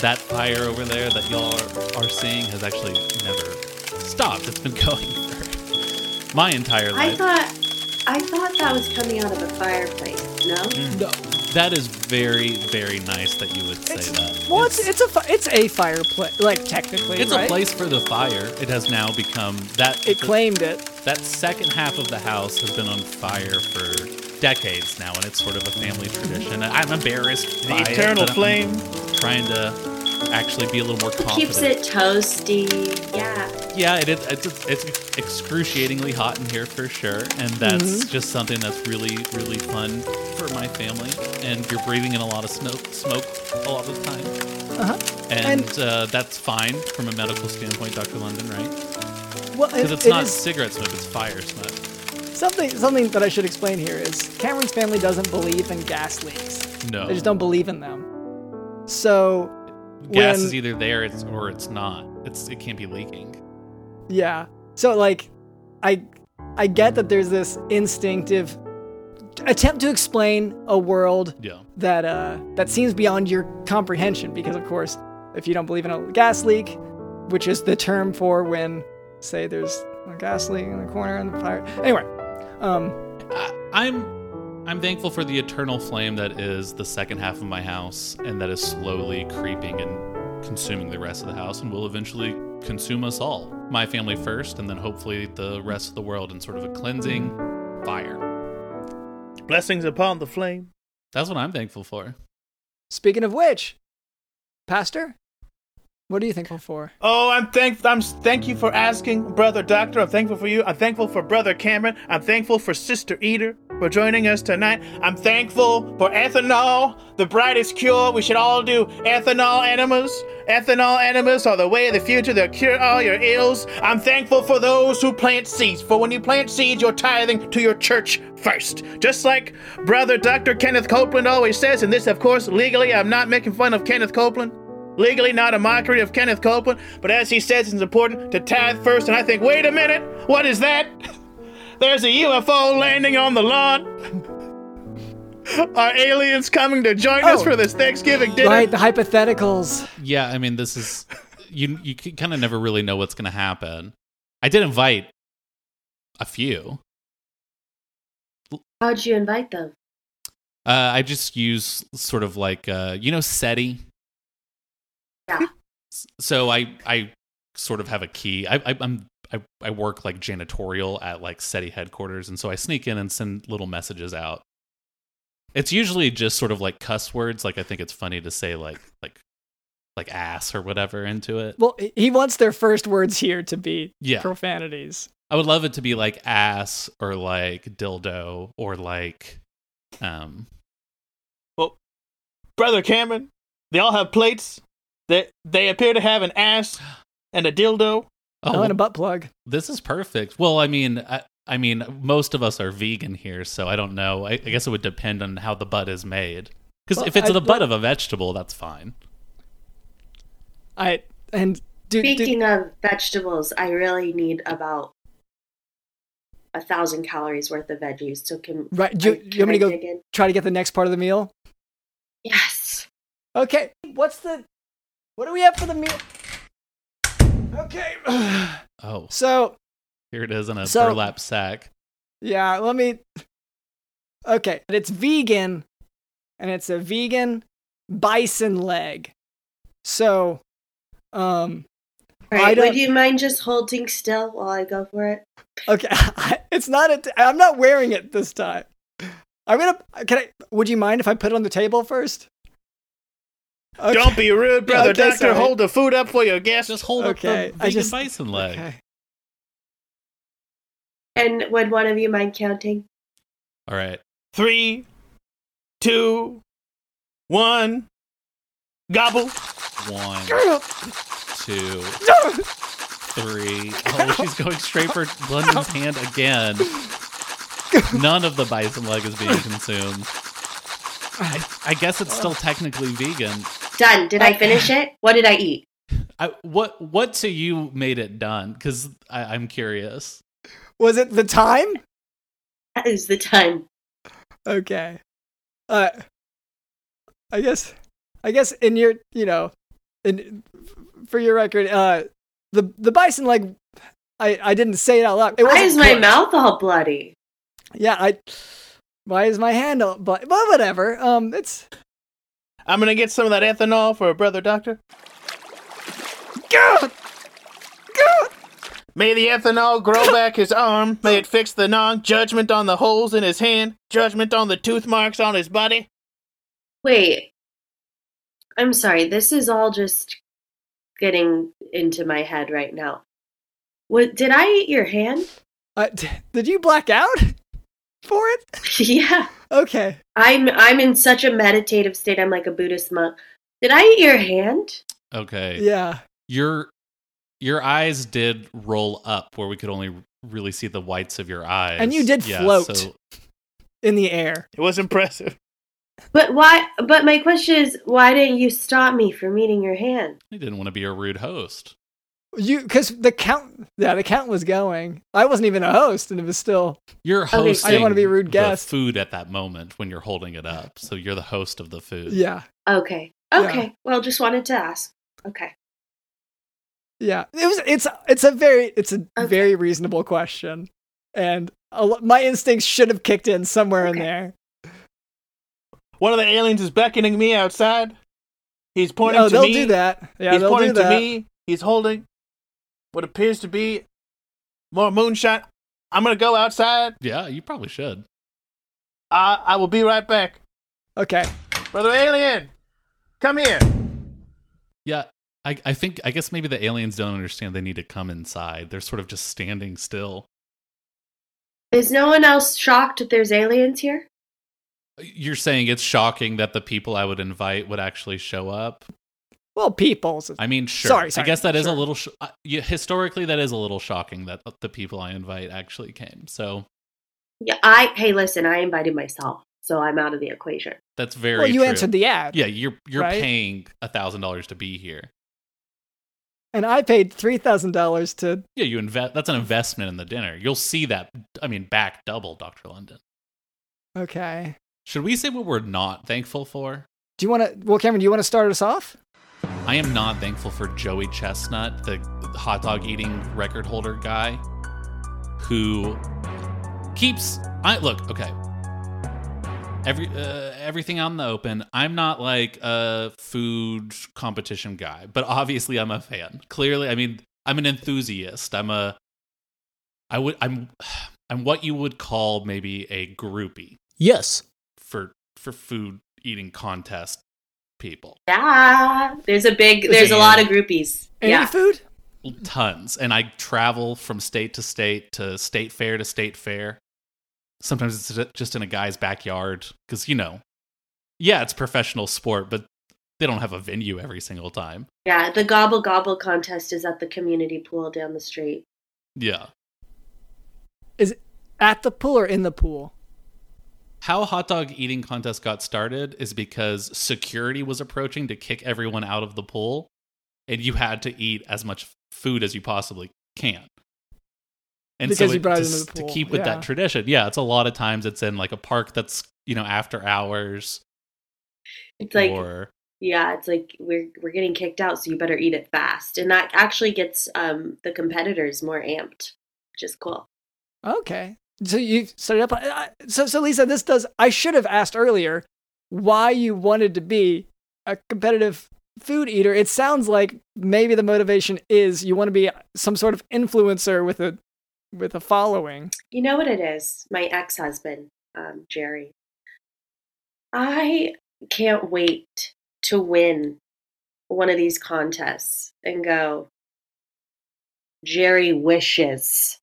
Speaker 4: that fire over there that y'all are, are seeing has actually never stopped. It's been going for my entire life.
Speaker 5: I thought, I thought that was coming out of a fireplace. No,
Speaker 4: No, that is very, very nice that you would say that.
Speaker 3: well it's it's a fi- it's a fireplace like technically,
Speaker 4: it's
Speaker 3: right?
Speaker 4: a place for the fire. It has now become that
Speaker 3: It claimed it.
Speaker 4: that second half of the house has been on fire for decades now, and it's sort of a family tradition. I'm embarrassed. by
Speaker 6: The
Speaker 4: it,
Speaker 6: eternal
Speaker 4: but I'm
Speaker 6: flame.
Speaker 4: trying to actually be a little more confident.
Speaker 5: keeps it toasty. Yeah,
Speaker 4: Yeah, it is. It's, it's excruciatingly hot in here for sure, and that's
Speaker 3: Mm-hmm.
Speaker 4: just something that's really, really fun for my family. And you're breathing in a lot of smoke, smoke a lot of the time,
Speaker 3: Uh-huh.
Speaker 4: and, uh, that's fine from a medical standpoint, Doctor London, right?
Speaker 3: Well, it,
Speaker 4: Because it's
Speaker 3: it
Speaker 4: not
Speaker 3: is-
Speaker 4: cigarette smoke; it's fire smoke.
Speaker 3: Something something that I should explain here is Cameron's family doesn't believe in gas leaks.
Speaker 4: No,
Speaker 3: They just don't believe in them. So
Speaker 4: gas
Speaker 3: when-
Speaker 4: is either there it's, or it's not. It's it can't be leaking.
Speaker 3: yeah. So like I I get that there's this instinctive attempt to explain a world
Speaker 4: Yeah,
Speaker 3: that uh that seems beyond your comprehension because of course if you don't believe in a gas leak, which is the term for when say there's a gas leak in the corner and the fire. Anyway, um
Speaker 4: I, I'm. I'm thankful for the eternal flame that is the second half of my house and that is slowly creeping and consuming the rest of the house and will eventually consume us all. My family first, and then hopefully the rest of the world in sort of a cleansing fire.
Speaker 6: Blessings upon the flame.
Speaker 4: That's what I'm thankful for.
Speaker 3: Speaking of which, Pastor, what are you thankful for?
Speaker 6: Oh, I'm thank I'm thank you for asking, brother doctor. I'm thankful for you. I'm thankful for brother Cameron. I'm thankful for sister Eater for joining us tonight. I'm thankful for ethanol, the brightest cure. We should all do ethanol enemas. Ethanol enemas are the way of the future. They'll cure all your ills. I'm thankful for those who plant seeds. For when you plant seeds, you're tithing to your church first. Just like brother Dr. Kenneth Copeland always says, and this, of course, legally, I'm not making fun of Kenneth Copeland legally not a mockery of Kenneth Copeland, but as he says, it's important to tithe first. And I think, wait a minute, what is that? There's a UFO landing on the lawn. Are aliens coming to join us
Speaker 3: Oh.
Speaker 6: for this Thanksgiving dinner?
Speaker 3: Right, the hypotheticals.
Speaker 4: Yeah, I mean, this is you. You kind of never really know what's going to happen. I did invite a few.
Speaker 5: How'd you invite them?
Speaker 4: Uh, I just use sort of like uh, you know SETI.
Speaker 5: Yeah.
Speaker 4: S- So I I sort of have a key. I, I I'm I, I work like janitorial at like SETI headquarters, and so I sneak in and send little messages out. It's usually just sort of like cuss words. Like I think it's funny to say like like like ass or whatever into it.
Speaker 3: Well, he wants their first words here to be
Speaker 4: Yeah.
Speaker 3: profanities.
Speaker 4: I would love it to be like ass or like dildo or like um
Speaker 6: Brother Cameron, they all have plates. They, they appear to have an ass and a dildo.
Speaker 3: Oh,
Speaker 4: oh
Speaker 3: and a butt plug.
Speaker 4: this is perfect. Well, I mean I, I mean most of us are vegan here, so I don't know. I, I guess it would depend on how the butt is made. Cuz
Speaker 3: Well,
Speaker 4: if it's
Speaker 3: I'd
Speaker 4: the butt
Speaker 3: like-
Speaker 4: of a vegetable, that's fine.
Speaker 3: I and do, do-
Speaker 5: Speaking of vegetables, I really need about a thousand calories worth of veggies. So can
Speaker 3: right. Do,
Speaker 5: I-
Speaker 3: do you want me to
Speaker 5: can I
Speaker 3: go
Speaker 5: dig in?
Speaker 3: try to get the next part of the meal?
Speaker 5: Yes.
Speaker 3: Okay. What's the? What do we have for the meal? Okay.
Speaker 4: Oh,
Speaker 3: so
Speaker 4: here it is in a
Speaker 3: So-
Speaker 4: burlap sack.
Speaker 3: yeah, let me. Okay, but it's vegan, and it's a vegan bison leg. So, um,
Speaker 5: All
Speaker 3: I
Speaker 5: right.
Speaker 3: don't-
Speaker 5: Would you mind just holding still while I go for it?
Speaker 3: okay, it's not a. T- I'm not wearing it this time. I'm gonna. Can I? Would you mind if I put it on the table first? Okay.
Speaker 6: Don't be rude, brother
Speaker 3: okay,
Speaker 6: doctor.
Speaker 3: sorry.
Speaker 6: Hold the food up for your guests.
Speaker 4: Just hold
Speaker 3: Okay,
Speaker 4: up the
Speaker 3: I
Speaker 4: vegan
Speaker 3: just-
Speaker 4: bison leg.
Speaker 3: Okay.
Speaker 5: And would one of you mind counting?
Speaker 4: All right.
Speaker 6: Three, two, one. Gobble.
Speaker 4: 1 2
Speaker 3: No!
Speaker 4: 3 Oh, she's going straight for London's hand again. None of the bison leg is being consumed. I, I guess it's still technically vegan.
Speaker 5: Done. Did I finish it? What did I eat?
Speaker 4: I, what what to you made it done? Because I'm curious.
Speaker 3: Was it the time?
Speaker 5: That is the time.
Speaker 3: Okay. Uh I guess I guess in your, you know, in for your record, uh the the bison leg I I didn't say it out loud. It
Speaker 5: Why
Speaker 3: wasn't
Speaker 5: is my
Speaker 3: cooked.
Speaker 5: mouth all bloody?
Speaker 3: Yeah, I why is my hand all but but whatever. Um it's
Speaker 6: I'm gonna get some of that ethanol for a brother doctor.
Speaker 3: God! God!
Speaker 6: May the ethanol grow back his arm. May it fix the non judgment on the holes in his hand, judgment on the tooth marks on his body.
Speaker 5: Wait. I'm sorry. This is all just getting into my head right now. What did I eat your hand?
Speaker 3: Uh, d- did you black out for it?
Speaker 5: yeah.
Speaker 3: Okay.
Speaker 5: I'm I'm in such a meditative state. I'm like a Buddhist monk. Did I eat your hand?
Speaker 4: Okay.
Speaker 3: Yeah.
Speaker 4: Your your eyes did roll up where we could only really see the whites of your eyes.
Speaker 3: And you did
Speaker 4: Yeah,
Speaker 3: float.
Speaker 4: so-
Speaker 3: In the air.
Speaker 6: It was impressive.
Speaker 5: But why? But my question is, why didn't you stop me from eating your hand?
Speaker 4: I didn't want to be a rude host.
Speaker 3: You cuz the count yeah, the count was going. I wasn't even a host and it was still
Speaker 4: You're
Speaker 5: I didn't
Speaker 4: hosting.
Speaker 3: wanna be a rude
Speaker 4: the
Speaker 3: guest.
Speaker 4: food at that moment when you're holding it up, so you're the host of the food.
Speaker 3: yeah.
Speaker 5: Okay.
Speaker 3: Yeah.
Speaker 5: Okay. Well, just wanted to ask. Okay.
Speaker 3: Yeah, it was. It's it's a very it's a
Speaker 5: Okay.
Speaker 3: very reasonable question, and a, lo- my instincts should have kicked in somewhere in
Speaker 5: Okay.
Speaker 3: there.
Speaker 6: One of the aliens is beckoning me outside. He's pointing
Speaker 3: oh,
Speaker 6: to
Speaker 3: they'll
Speaker 6: me.
Speaker 3: do that. Yeah,
Speaker 6: He's
Speaker 3: they'll
Speaker 6: pointing
Speaker 3: do that.
Speaker 6: to me. He's holding what appears to be more moonshine. I'm gonna go outside.
Speaker 4: Yeah, you probably should.
Speaker 6: I I will be right back,
Speaker 3: Okay.
Speaker 6: brother alien. Come here.
Speaker 4: Yeah, I, I think I guess maybe the aliens don't understand they need to come inside. They're sort of just standing still.
Speaker 5: Is no one else shocked that there's aliens here?
Speaker 4: You're saying it's shocking that the people I would invite would actually show up.
Speaker 3: Well, peoples.
Speaker 4: I mean, sure.
Speaker 3: Sorry, sorry,
Speaker 4: I guess that is
Speaker 3: sure.
Speaker 4: a little. Sh- uh, yeah, historically, that is a little shocking that the people I invite actually came. So
Speaker 5: Yeah, I hey, listen, I invited myself, so I'm out of the equation.
Speaker 4: that's very.
Speaker 3: well, you
Speaker 4: true.
Speaker 3: answered the ad,
Speaker 4: Yeah, you're you're
Speaker 3: right?
Speaker 4: paying a thousand dollars to be here.
Speaker 3: and I paid three thousand dollars to.
Speaker 4: Yeah, you invest. That's an investment in the dinner. You'll see that. I mean, back double, Doctor London.
Speaker 3: Okay.
Speaker 4: Should we say what we're not thankful for?
Speaker 3: Do you want to? Well, Cameron, do you want to start us off?
Speaker 4: I am not thankful for Joey Chestnut, the hot dog eating record holder guy, who keeps. I look okay. Every uh, everything out in the open. I'm not like a food competition guy, but obviously I'm a fan. Clearly, I mean, I'm an enthusiast. I'm a. I would. I'm. I'm what you would call maybe a groupie
Speaker 7: Yes.
Speaker 4: for for food eating contest people.
Speaker 5: Yeah, there's a big, there's a lot of groupies.
Speaker 3: Any
Speaker 5: yeah,
Speaker 3: food?
Speaker 4: tons and i travel from state to state to state fair to state fair sometimes it's ju- just in a guy's backyard because you know yeah it's professional sport but they don't have a venue every single time
Speaker 5: yeah. The gobble gobble contest is at the community pool down the street.
Speaker 4: yeah
Speaker 3: Is it at the pool or in the pool?
Speaker 4: how hot dog eating contest got started is because security was approaching to kick everyone out of the pool and you had to eat as much food as you possibly can and
Speaker 3: Because
Speaker 4: so
Speaker 3: you
Speaker 4: it-
Speaker 3: brought
Speaker 4: to,
Speaker 3: it into
Speaker 4: s-
Speaker 3: the
Speaker 4: to
Speaker 3: pool,
Speaker 4: keep with
Speaker 3: yeah.
Speaker 4: that tradition yeah it's a lot of times it's in like a park that's you know after hours
Speaker 5: It's like,
Speaker 4: or
Speaker 5: yeah, it's like we're we're getting kicked out, so you better eat it fast, and that actually gets um the competitors more amped, which is cool.
Speaker 3: Okay. So you set it up. I- I- So, so Lisa, this does. I should have asked earlier why you wanted to be a competitive food eater. It sounds like maybe the motivation is you want to be some sort of influencer with a with a following.
Speaker 5: You know what it is? My ex husband, um, Jerry. I can't wait to win one of these contests and go, Jerry wishes.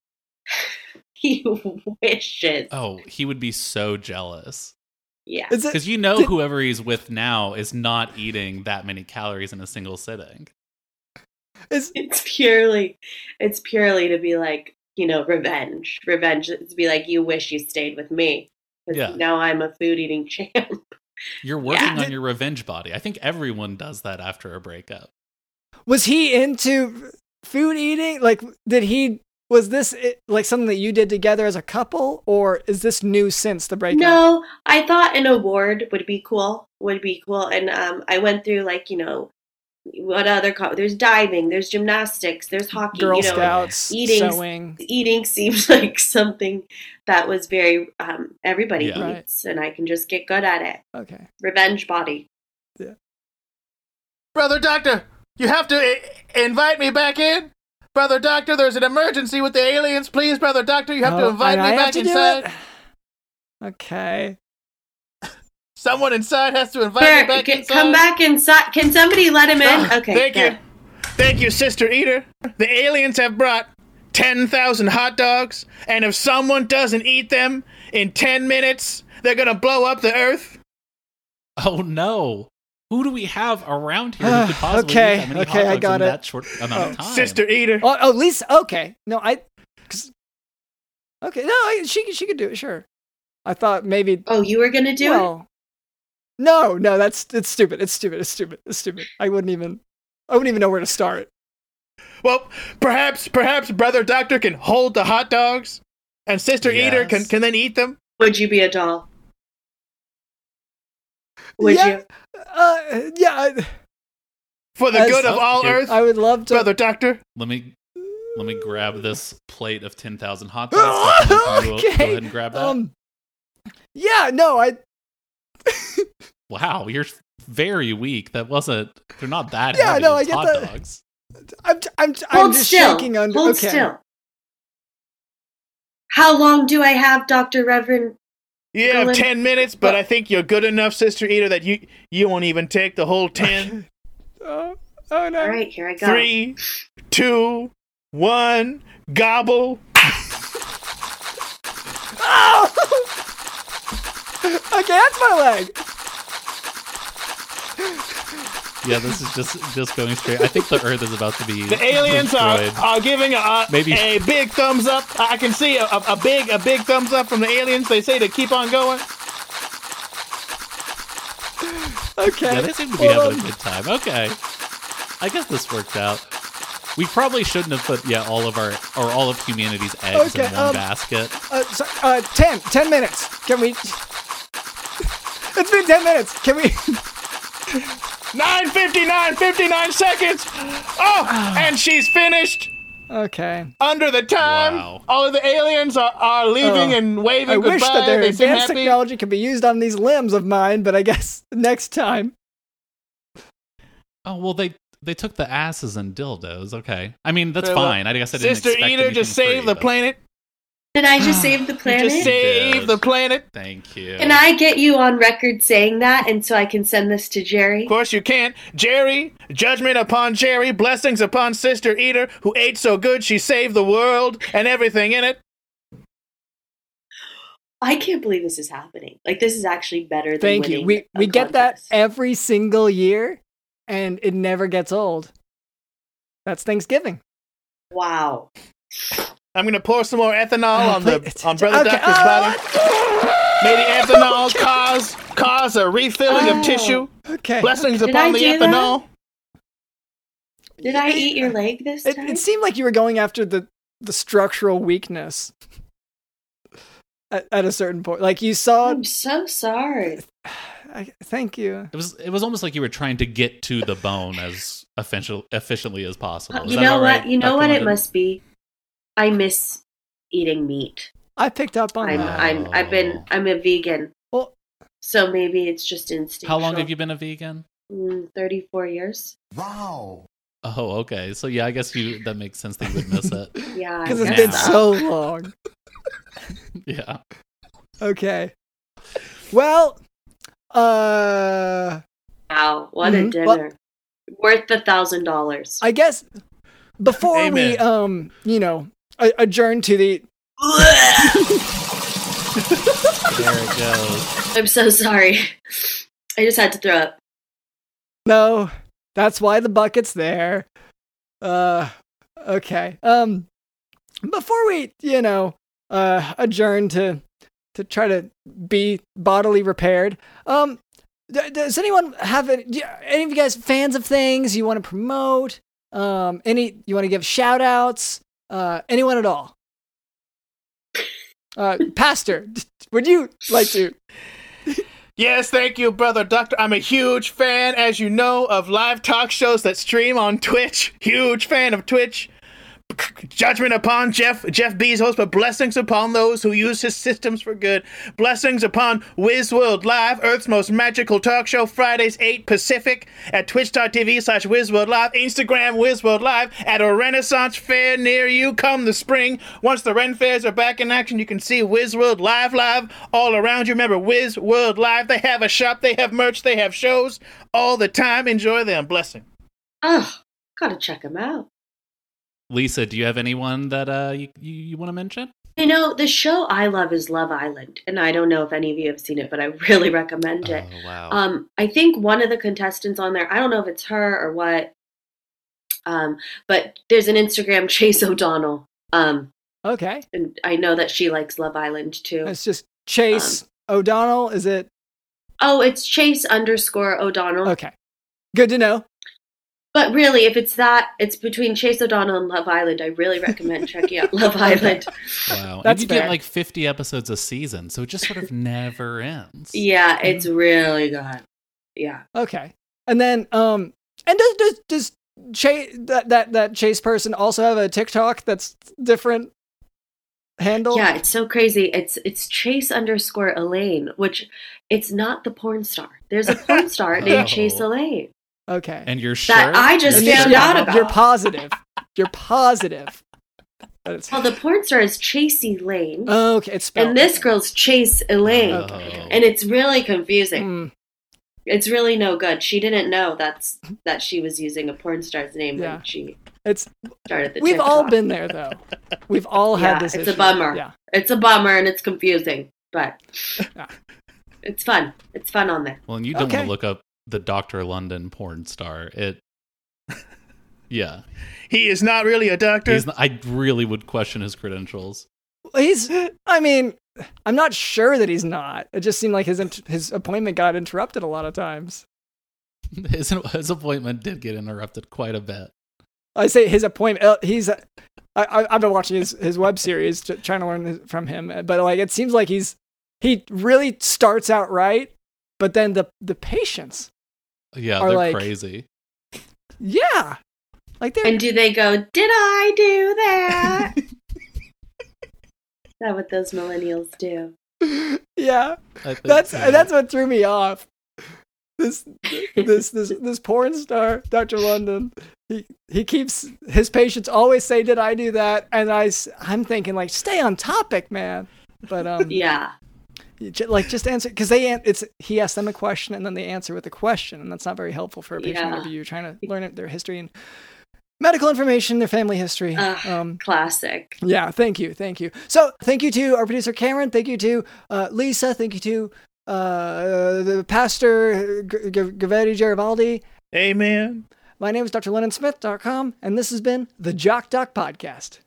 Speaker 5: he wishes.
Speaker 4: oh he would be so jealous
Speaker 5: Yeah.
Speaker 3: Is
Speaker 4: because
Speaker 3: it?
Speaker 4: you know
Speaker 3: Did-
Speaker 4: whoever he's with now is not eating that many calories in a single sitting
Speaker 3: Is
Speaker 5: It's purely, it's purely to be like, you know, revenge. Revenge. To be like, you wish you stayed with me. 'Cause
Speaker 4: Yeah.
Speaker 5: Now I'm a food eating champ.
Speaker 4: you're working
Speaker 5: Yeah.
Speaker 4: on your revenge body i think everyone does that after a breakup
Speaker 3: was he into food eating? Like, did he? Was this it, like something that you did together as a couple, or is this new since the breakup?
Speaker 5: No, I thought an award would be cool. Would be cool, and um, I went through like you know, what other co- there's diving, there's gymnastics, there's hockey.
Speaker 3: Girl
Speaker 5: you know,
Speaker 3: Scouts,
Speaker 5: eating-
Speaker 3: sewing.
Speaker 5: eating seemed like something that was very um, everybody
Speaker 4: Yeah.
Speaker 3: Right.
Speaker 5: eats, and I can just get good at it.
Speaker 3: Okay.
Speaker 5: Revenge body.
Speaker 6: Brother Doctor, you have to I- invite me back in. Brother Doctor, there's an emergency with the aliens. Please, Brother Doctor, you have to
Speaker 3: Oh,
Speaker 6: invite
Speaker 3: and
Speaker 6: me
Speaker 3: I have
Speaker 6: back
Speaker 3: to do
Speaker 6: inside.
Speaker 3: it? Okay.
Speaker 6: Someone inside has to invite
Speaker 5: Sure,
Speaker 6: me back
Speaker 5: get-
Speaker 6: inside. Ah,
Speaker 5: come back inside. Can somebody let him in?
Speaker 3: Ah,
Speaker 5: Okay.
Speaker 6: Thank
Speaker 5: good.
Speaker 6: you. Thank you, Sister Eater. The aliens have brought 10,000 hot dogs, and if someone doesn't eat them in 10 minutes, they're going to blow up the earth.
Speaker 4: oh no who do we have around here who could possibly
Speaker 3: Okay,
Speaker 4: eat that many
Speaker 3: okay,
Speaker 4: hot
Speaker 3: I
Speaker 4: dogs
Speaker 3: got
Speaker 4: in
Speaker 3: it.
Speaker 4: that short amount of time
Speaker 6: Sister Eater.
Speaker 3: Oh, oh, Lisa. Okay. No, I. 'cause- okay. No, I, she she could do it. Sure. I thought maybe.
Speaker 5: Oh, you were gonna do it.
Speaker 3: well, no, no. That's it's stupid. It's stupid. It's stupid. It's stupid. I wouldn't even. I wouldn't even know where to start.
Speaker 6: Well, perhaps, perhaps Brother Doctor can hold the hot dogs, and Sister Eater
Speaker 4: Yes.
Speaker 6: can, can then eat them.
Speaker 5: Would you be a doll? Would
Speaker 3: Yeah.
Speaker 5: you?
Speaker 3: Uh, yeah.
Speaker 6: For the
Speaker 3: As-
Speaker 6: good of all
Speaker 4: Okay.
Speaker 6: earth,
Speaker 3: I, I would love to. Mm,
Speaker 6: Brother Doctor.
Speaker 4: let me let me grab this plate of 10,000 hot dogs. Go- go ahead and grab that.
Speaker 3: Um, yeah. No, I.
Speaker 4: Wow, you're very weak. That wasn't. They're not that.
Speaker 3: Yeah,
Speaker 4: heavy.
Speaker 3: no, I
Speaker 4: It's
Speaker 3: get
Speaker 4: hot
Speaker 3: that.
Speaker 4: Dogs.
Speaker 3: I'm, I'm,
Speaker 5: Hold
Speaker 3: I'm just
Speaker 5: still.
Speaker 3: shaking under.
Speaker 5: Hold
Speaker 3: okay.
Speaker 5: still. How long do I have, Doctor Reverend?
Speaker 6: You have
Speaker 5: Colin-
Speaker 6: ten minutes, but I think you're good enough, Sister Eater, that you you won't even take the whole ten.
Speaker 3: Oh, oh no.
Speaker 5: All right, here I go.
Speaker 6: Three, two, one, gobble.
Speaker 3: Oh! okay, that's my leg.
Speaker 4: Yeah, this is just just going straight. I think the Earth is about to be
Speaker 6: The aliens are,
Speaker 4: destroyed.
Speaker 6: are giving a, a,
Speaker 4: Maybe-
Speaker 6: a big thumbs up. I I can see a, a, a big a big thumbs up from the aliens. They say to keep on going.
Speaker 3: Okay.
Speaker 4: Yeah, they seem to be
Speaker 3: hold
Speaker 4: having a
Speaker 3: on.
Speaker 4: good time. Okay, I guess this worked out. We probably shouldn't have put yeah all of our or all of humanity's eggs in
Speaker 3: Okay,
Speaker 4: one
Speaker 3: um,
Speaker 4: basket.
Speaker 3: Uh, so, uh, 10, 10 minutes. Can we? It's been 10 minutes. Can we?
Speaker 6: 959, 59 seconds.
Speaker 3: Ah.
Speaker 6: Oh, and she's finished
Speaker 3: Okay.
Speaker 6: under the time.
Speaker 4: Wow.
Speaker 6: All of the aliens are, are leaving
Speaker 3: Oh,
Speaker 6: and waving
Speaker 3: I
Speaker 6: goodbye.
Speaker 3: wish that their
Speaker 6: they seem
Speaker 3: advanced
Speaker 6: happy.
Speaker 3: technology could be used on these limbs of mine, but I guess next time.
Speaker 4: Oh well, they they took the asses and dildos. Okay, I mean that's
Speaker 6: So, uh,
Speaker 4: fine. I guess I didn't.
Speaker 6: Sister
Speaker 4: expect
Speaker 6: Eater just
Speaker 4: anything free,
Speaker 6: saved the
Speaker 4: but
Speaker 6: planet.
Speaker 5: Did I just save the
Speaker 6: You
Speaker 5: planet?
Speaker 6: just saved
Speaker 4: Dude.
Speaker 6: the planet.
Speaker 4: Thank you.
Speaker 5: Can I get you on record saying that, and so I can send this to Jerry?
Speaker 6: Of course you can't. Jerry, judgment upon Jerry, blessings upon Sister Eater, who ate so good she saved the world and everything in it.
Speaker 5: I can't believe this is happening. Like this is actually better than
Speaker 3: Thank you.
Speaker 5: winning
Speaker 3: We
Speaker 5: a
Speaker 3: we get that
Speaker 5: contest.
Speaker 3: every single year, and it never gets old. That's Thanksgiving.
Speaker 5: Wow.
Speaker 6: I'm gonna pour some more ethanol
Speaker 3: Oh,
Speaker 6: on the
Speaker 3: please.
Speaker 6: on Brother
Speaker 3: Okay.
Speaker 6: Doctor's body. May the ethanol cause cause a refilling
Speaker 5: Oh.
Speaker 6: of tissue.
Speaker 3: Okay.
Speaker 6: Blessings
Speaker 5: Did I
Speaker 6: upon the
Speaker 5: do
Speaker 6: ethanol.
Speaker 5: Did I eat your leg this
Speaker 3: It,
Speaker 5: time?
Speaker 3: it seemed like you were going after the the structural weakness. At, at a certain point, like you saw.
Speaker 5: I'm so sorry.
Speaker 3: I, thank you.
Speaker 4: It was it was almost like you were trying to get to the bone as efficient, efficiently as possible.
Speaker 5: Uh,
Speaker 4: Is
Speaker 5: you
Speaker 4: that
Speaker 5: know
Speaker 4: all
Speaker 5: what?
Speaker 4: right,
Speaker 5: You know
Speaker 4: Dr.
Speaker 5: what? It
Speaker 4: London?
Speaker 5: must be. I miss eating meat.
Speaker 3: I picked up on
Speaker 5: I'm,
Speaker 3: that.
Speaker 5: I'm, I've been,
Speaker 4: Oh.
Speaker 5: I'm a vegan.
Speaker 3: Well-
Speaker 5: so maybe it's just instinctual.
Speaker 4: How long have you been a vegan?
Speaker 5: Mm, Thirty-four years.
Speaker 4: Oh, okay. So yeah, I guess you that makes sense that you would miss it.
Speaker 5: Yeah, I
Speaker 3: Because it's
Speaker 5: guess
Speaker 3: been
Speaker 4: Now.
Speaker 3: so long.
Speaker 4: yeah.
Speaker 3: Okay. Well, uh,
Speaker 5: Wow, what a
Speaker 3: Mhm.
Speaker 5: dinner!
Speaker 3: Well-
Speaker 5: Worth the thousand dollars.
Speaker 3: I guess before we,
Speaker 6: Amen.
Speaker 3: um, you know, a- adjourn to the.
Speaker 4: There it goes.
Speaker 5: I'm so sorry. I just had to throw up.
Speaker 3: No, that's why the bucket's there. Uh, okay. Um, before we, you know, uh, adjourn to to try to be bodily repaired. Um, d- does anyone have any? Do, any of you guys fans of things you want to promote? Um, any you want to give shout outs? Uh, anyone at all? Uh, Pastor, would you like to?
Speaker 6: Yes, thank you, brother doctor. I'm a huge fan, as you know, of live talk shows that stream on Twitch. Huge fan of Twitch. Judgment upon Jeff Jeff Bezos, but blessings upon those who use his systems for good. Blessings upon WizWorld Live, Earth's most magical talk show, Fridays 8 Pacific at twitch.tv slash WizWorld Live, Instagram WizWorld Live, at a Renaissance Fair near you come the spring. Once the Ren Fairs are back in action, you can see WizWorld Live live all around you. Remember, WizWorld Live, they have a shop, they have merch, they have shows all the time. Enjoy them. Blessing.
Speaker 5: Oh, gotta check them out.
Speaker 4: Lisa, do you have anyone that uh you you, you want to mention?
Speaker 5: You know, the show I love is Love Island, and I don't know if any of you have seen it, but I really recommend it.
Speaker 4: Oh wow.
Speaker 5: Um, I think one of the contestants on there, I don't know if it's her or what, um, but there's an Instagram Chase O'Donnell, um,
Speaker 3: Okay,
Speaker 5: and I know that she likes Love Island too.
Speaker 3: it's just Chase O'Donnell. Is it
Speaker 5: Oh, it's Chase underscore O'Donnell.
Speaker 3: okay? Good to know.
Speaker 5: But really, if it's that, it's between Chase O'Donnell and Love Island. I really recommend checking out Love Island.
Speaker 4: wow. and
Speaker 3: that's
Speaker 4: you
Speaker 3: fair.
Speaker 4: get like 50 episodes a season, so it just sort of never ends.
Speaker 5: Yeah, it's really good. Yeah.
Speaker 3: Okay. And then um and does does does chase that, that that chase person also have a TikTok that's different? handle?
Speaker 5: Yeah, it's so crazy. It's it's Chase underscore Elaine, which it's not the porn star. There's a porn star
Speaker 4: Oh.
Speaker 5: named Chase Elaine
Speaker 3: Okay.
Speaker 4: And you're sure?
Speaker 5: that I just
Speaker 3: You're
Speaker 5: found
Speaker 3: sure-
Speaker 5: out about.
Speaker 3: You're positive. You're positive. That it's-
Speaker 5: well, the porn star is Chasey Lane,
Speaker 3: okay, it's spelled.
Speaker 5: and this girl's Chase Elaine,
Speaker 4: Oh.
Speaker 5: and it's really confusing.
Speaker 3: Mm,
Speaker 5: It's really no good. She didn't know that's that she was using a porn star's name
Speaker 3: Yeah.
Speaker 5: when she
Speaker 3: it's
Speaker 5: started the.
Speaker 3: we've all
Speaker 5: TikTok.
Speaker 3: been there though. We've all had
Speaker 5: Yeah,
Speaker 3: this.
Speaker 5: it's a
Speaker 3: issue.
Speaker 5: bummer.
Speaker 3: Yeah.
Speaker 5: It's a bummer and it's confusing, but it's fun. It's fun on there.
Speaker 4: Well, and you don't want
Speaker 3: Okay.
Speaker 4: to look up the Doctor London porn star. It. Yeah,
Speaker 6: He is not really a doctor.
Speaker 4: he's. Not, I really would question his credentials.
Speaker 3: He's. I mean, I'm not sure that he's not. It just seemed like his int- his appointment got interrupted a lot of times.
Speaker 4: His, his appointment did get interrupted quite a bit.
Speaker 3: I say his appointment. Uh, he's. I, I, I've been watching his, his web series, to, trying to learn his- from him. uh, But like, it seems like he's he really starts out right, but then the the patients.
Speaker 4: Yeah,
Speaker 3: Or
Speaker 4: they're
Speaker 3: like-
Speaker 4: crazy.
Speaker 3: Yeah, like they're
Speaker 5: And do they go, Did I do that? Is that what those millennials do?
Speaker 3: yeah.
Speaker 4: I think
Speaker 3: that's
Speaker 4: so.
Speaker 3: that's what threw me off. This this this this porn star, Doctor London. He he keeps his patients always say, "Did I do that?" And I am thinking like, stay on topic, man. But um,
Speaker 5: Yeah.
Speaker 3: you ju- like just answer because they an- it's he asks them a question and then they answer with a question, and that's not very helpful for a patient
Speaker 5: Yeah.
Speaker 3: interview. You're trying to learn their history and medical information, their family history.
Speaker 5: Ugh.
Speaker 3: Um,
Speaker 5: Classic.
Speaker 3: yeah, thank you, thank you. So, thank you to our producer Cameron. Thank you to uh, Lisa. Thank you to uh, the pastor G- G- Gavetti Garibaldi.
Speaker 6: Amen.
Speaker 3: My name is Dr. LennonSmith.com, and this has been the Jock Doc Podcast.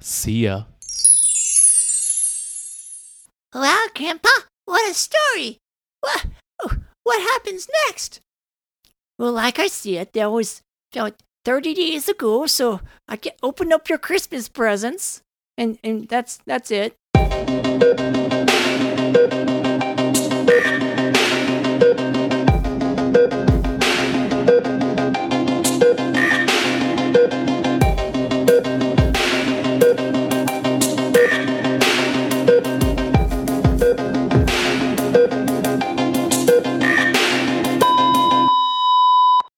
Speaker 4: See ya.
Speaker 2: Wow, Grandpa, what a story! What, what happens next? Well, like I said, that was about 30 days ago, so I can open up your Christmas presents, and, and that's that's it.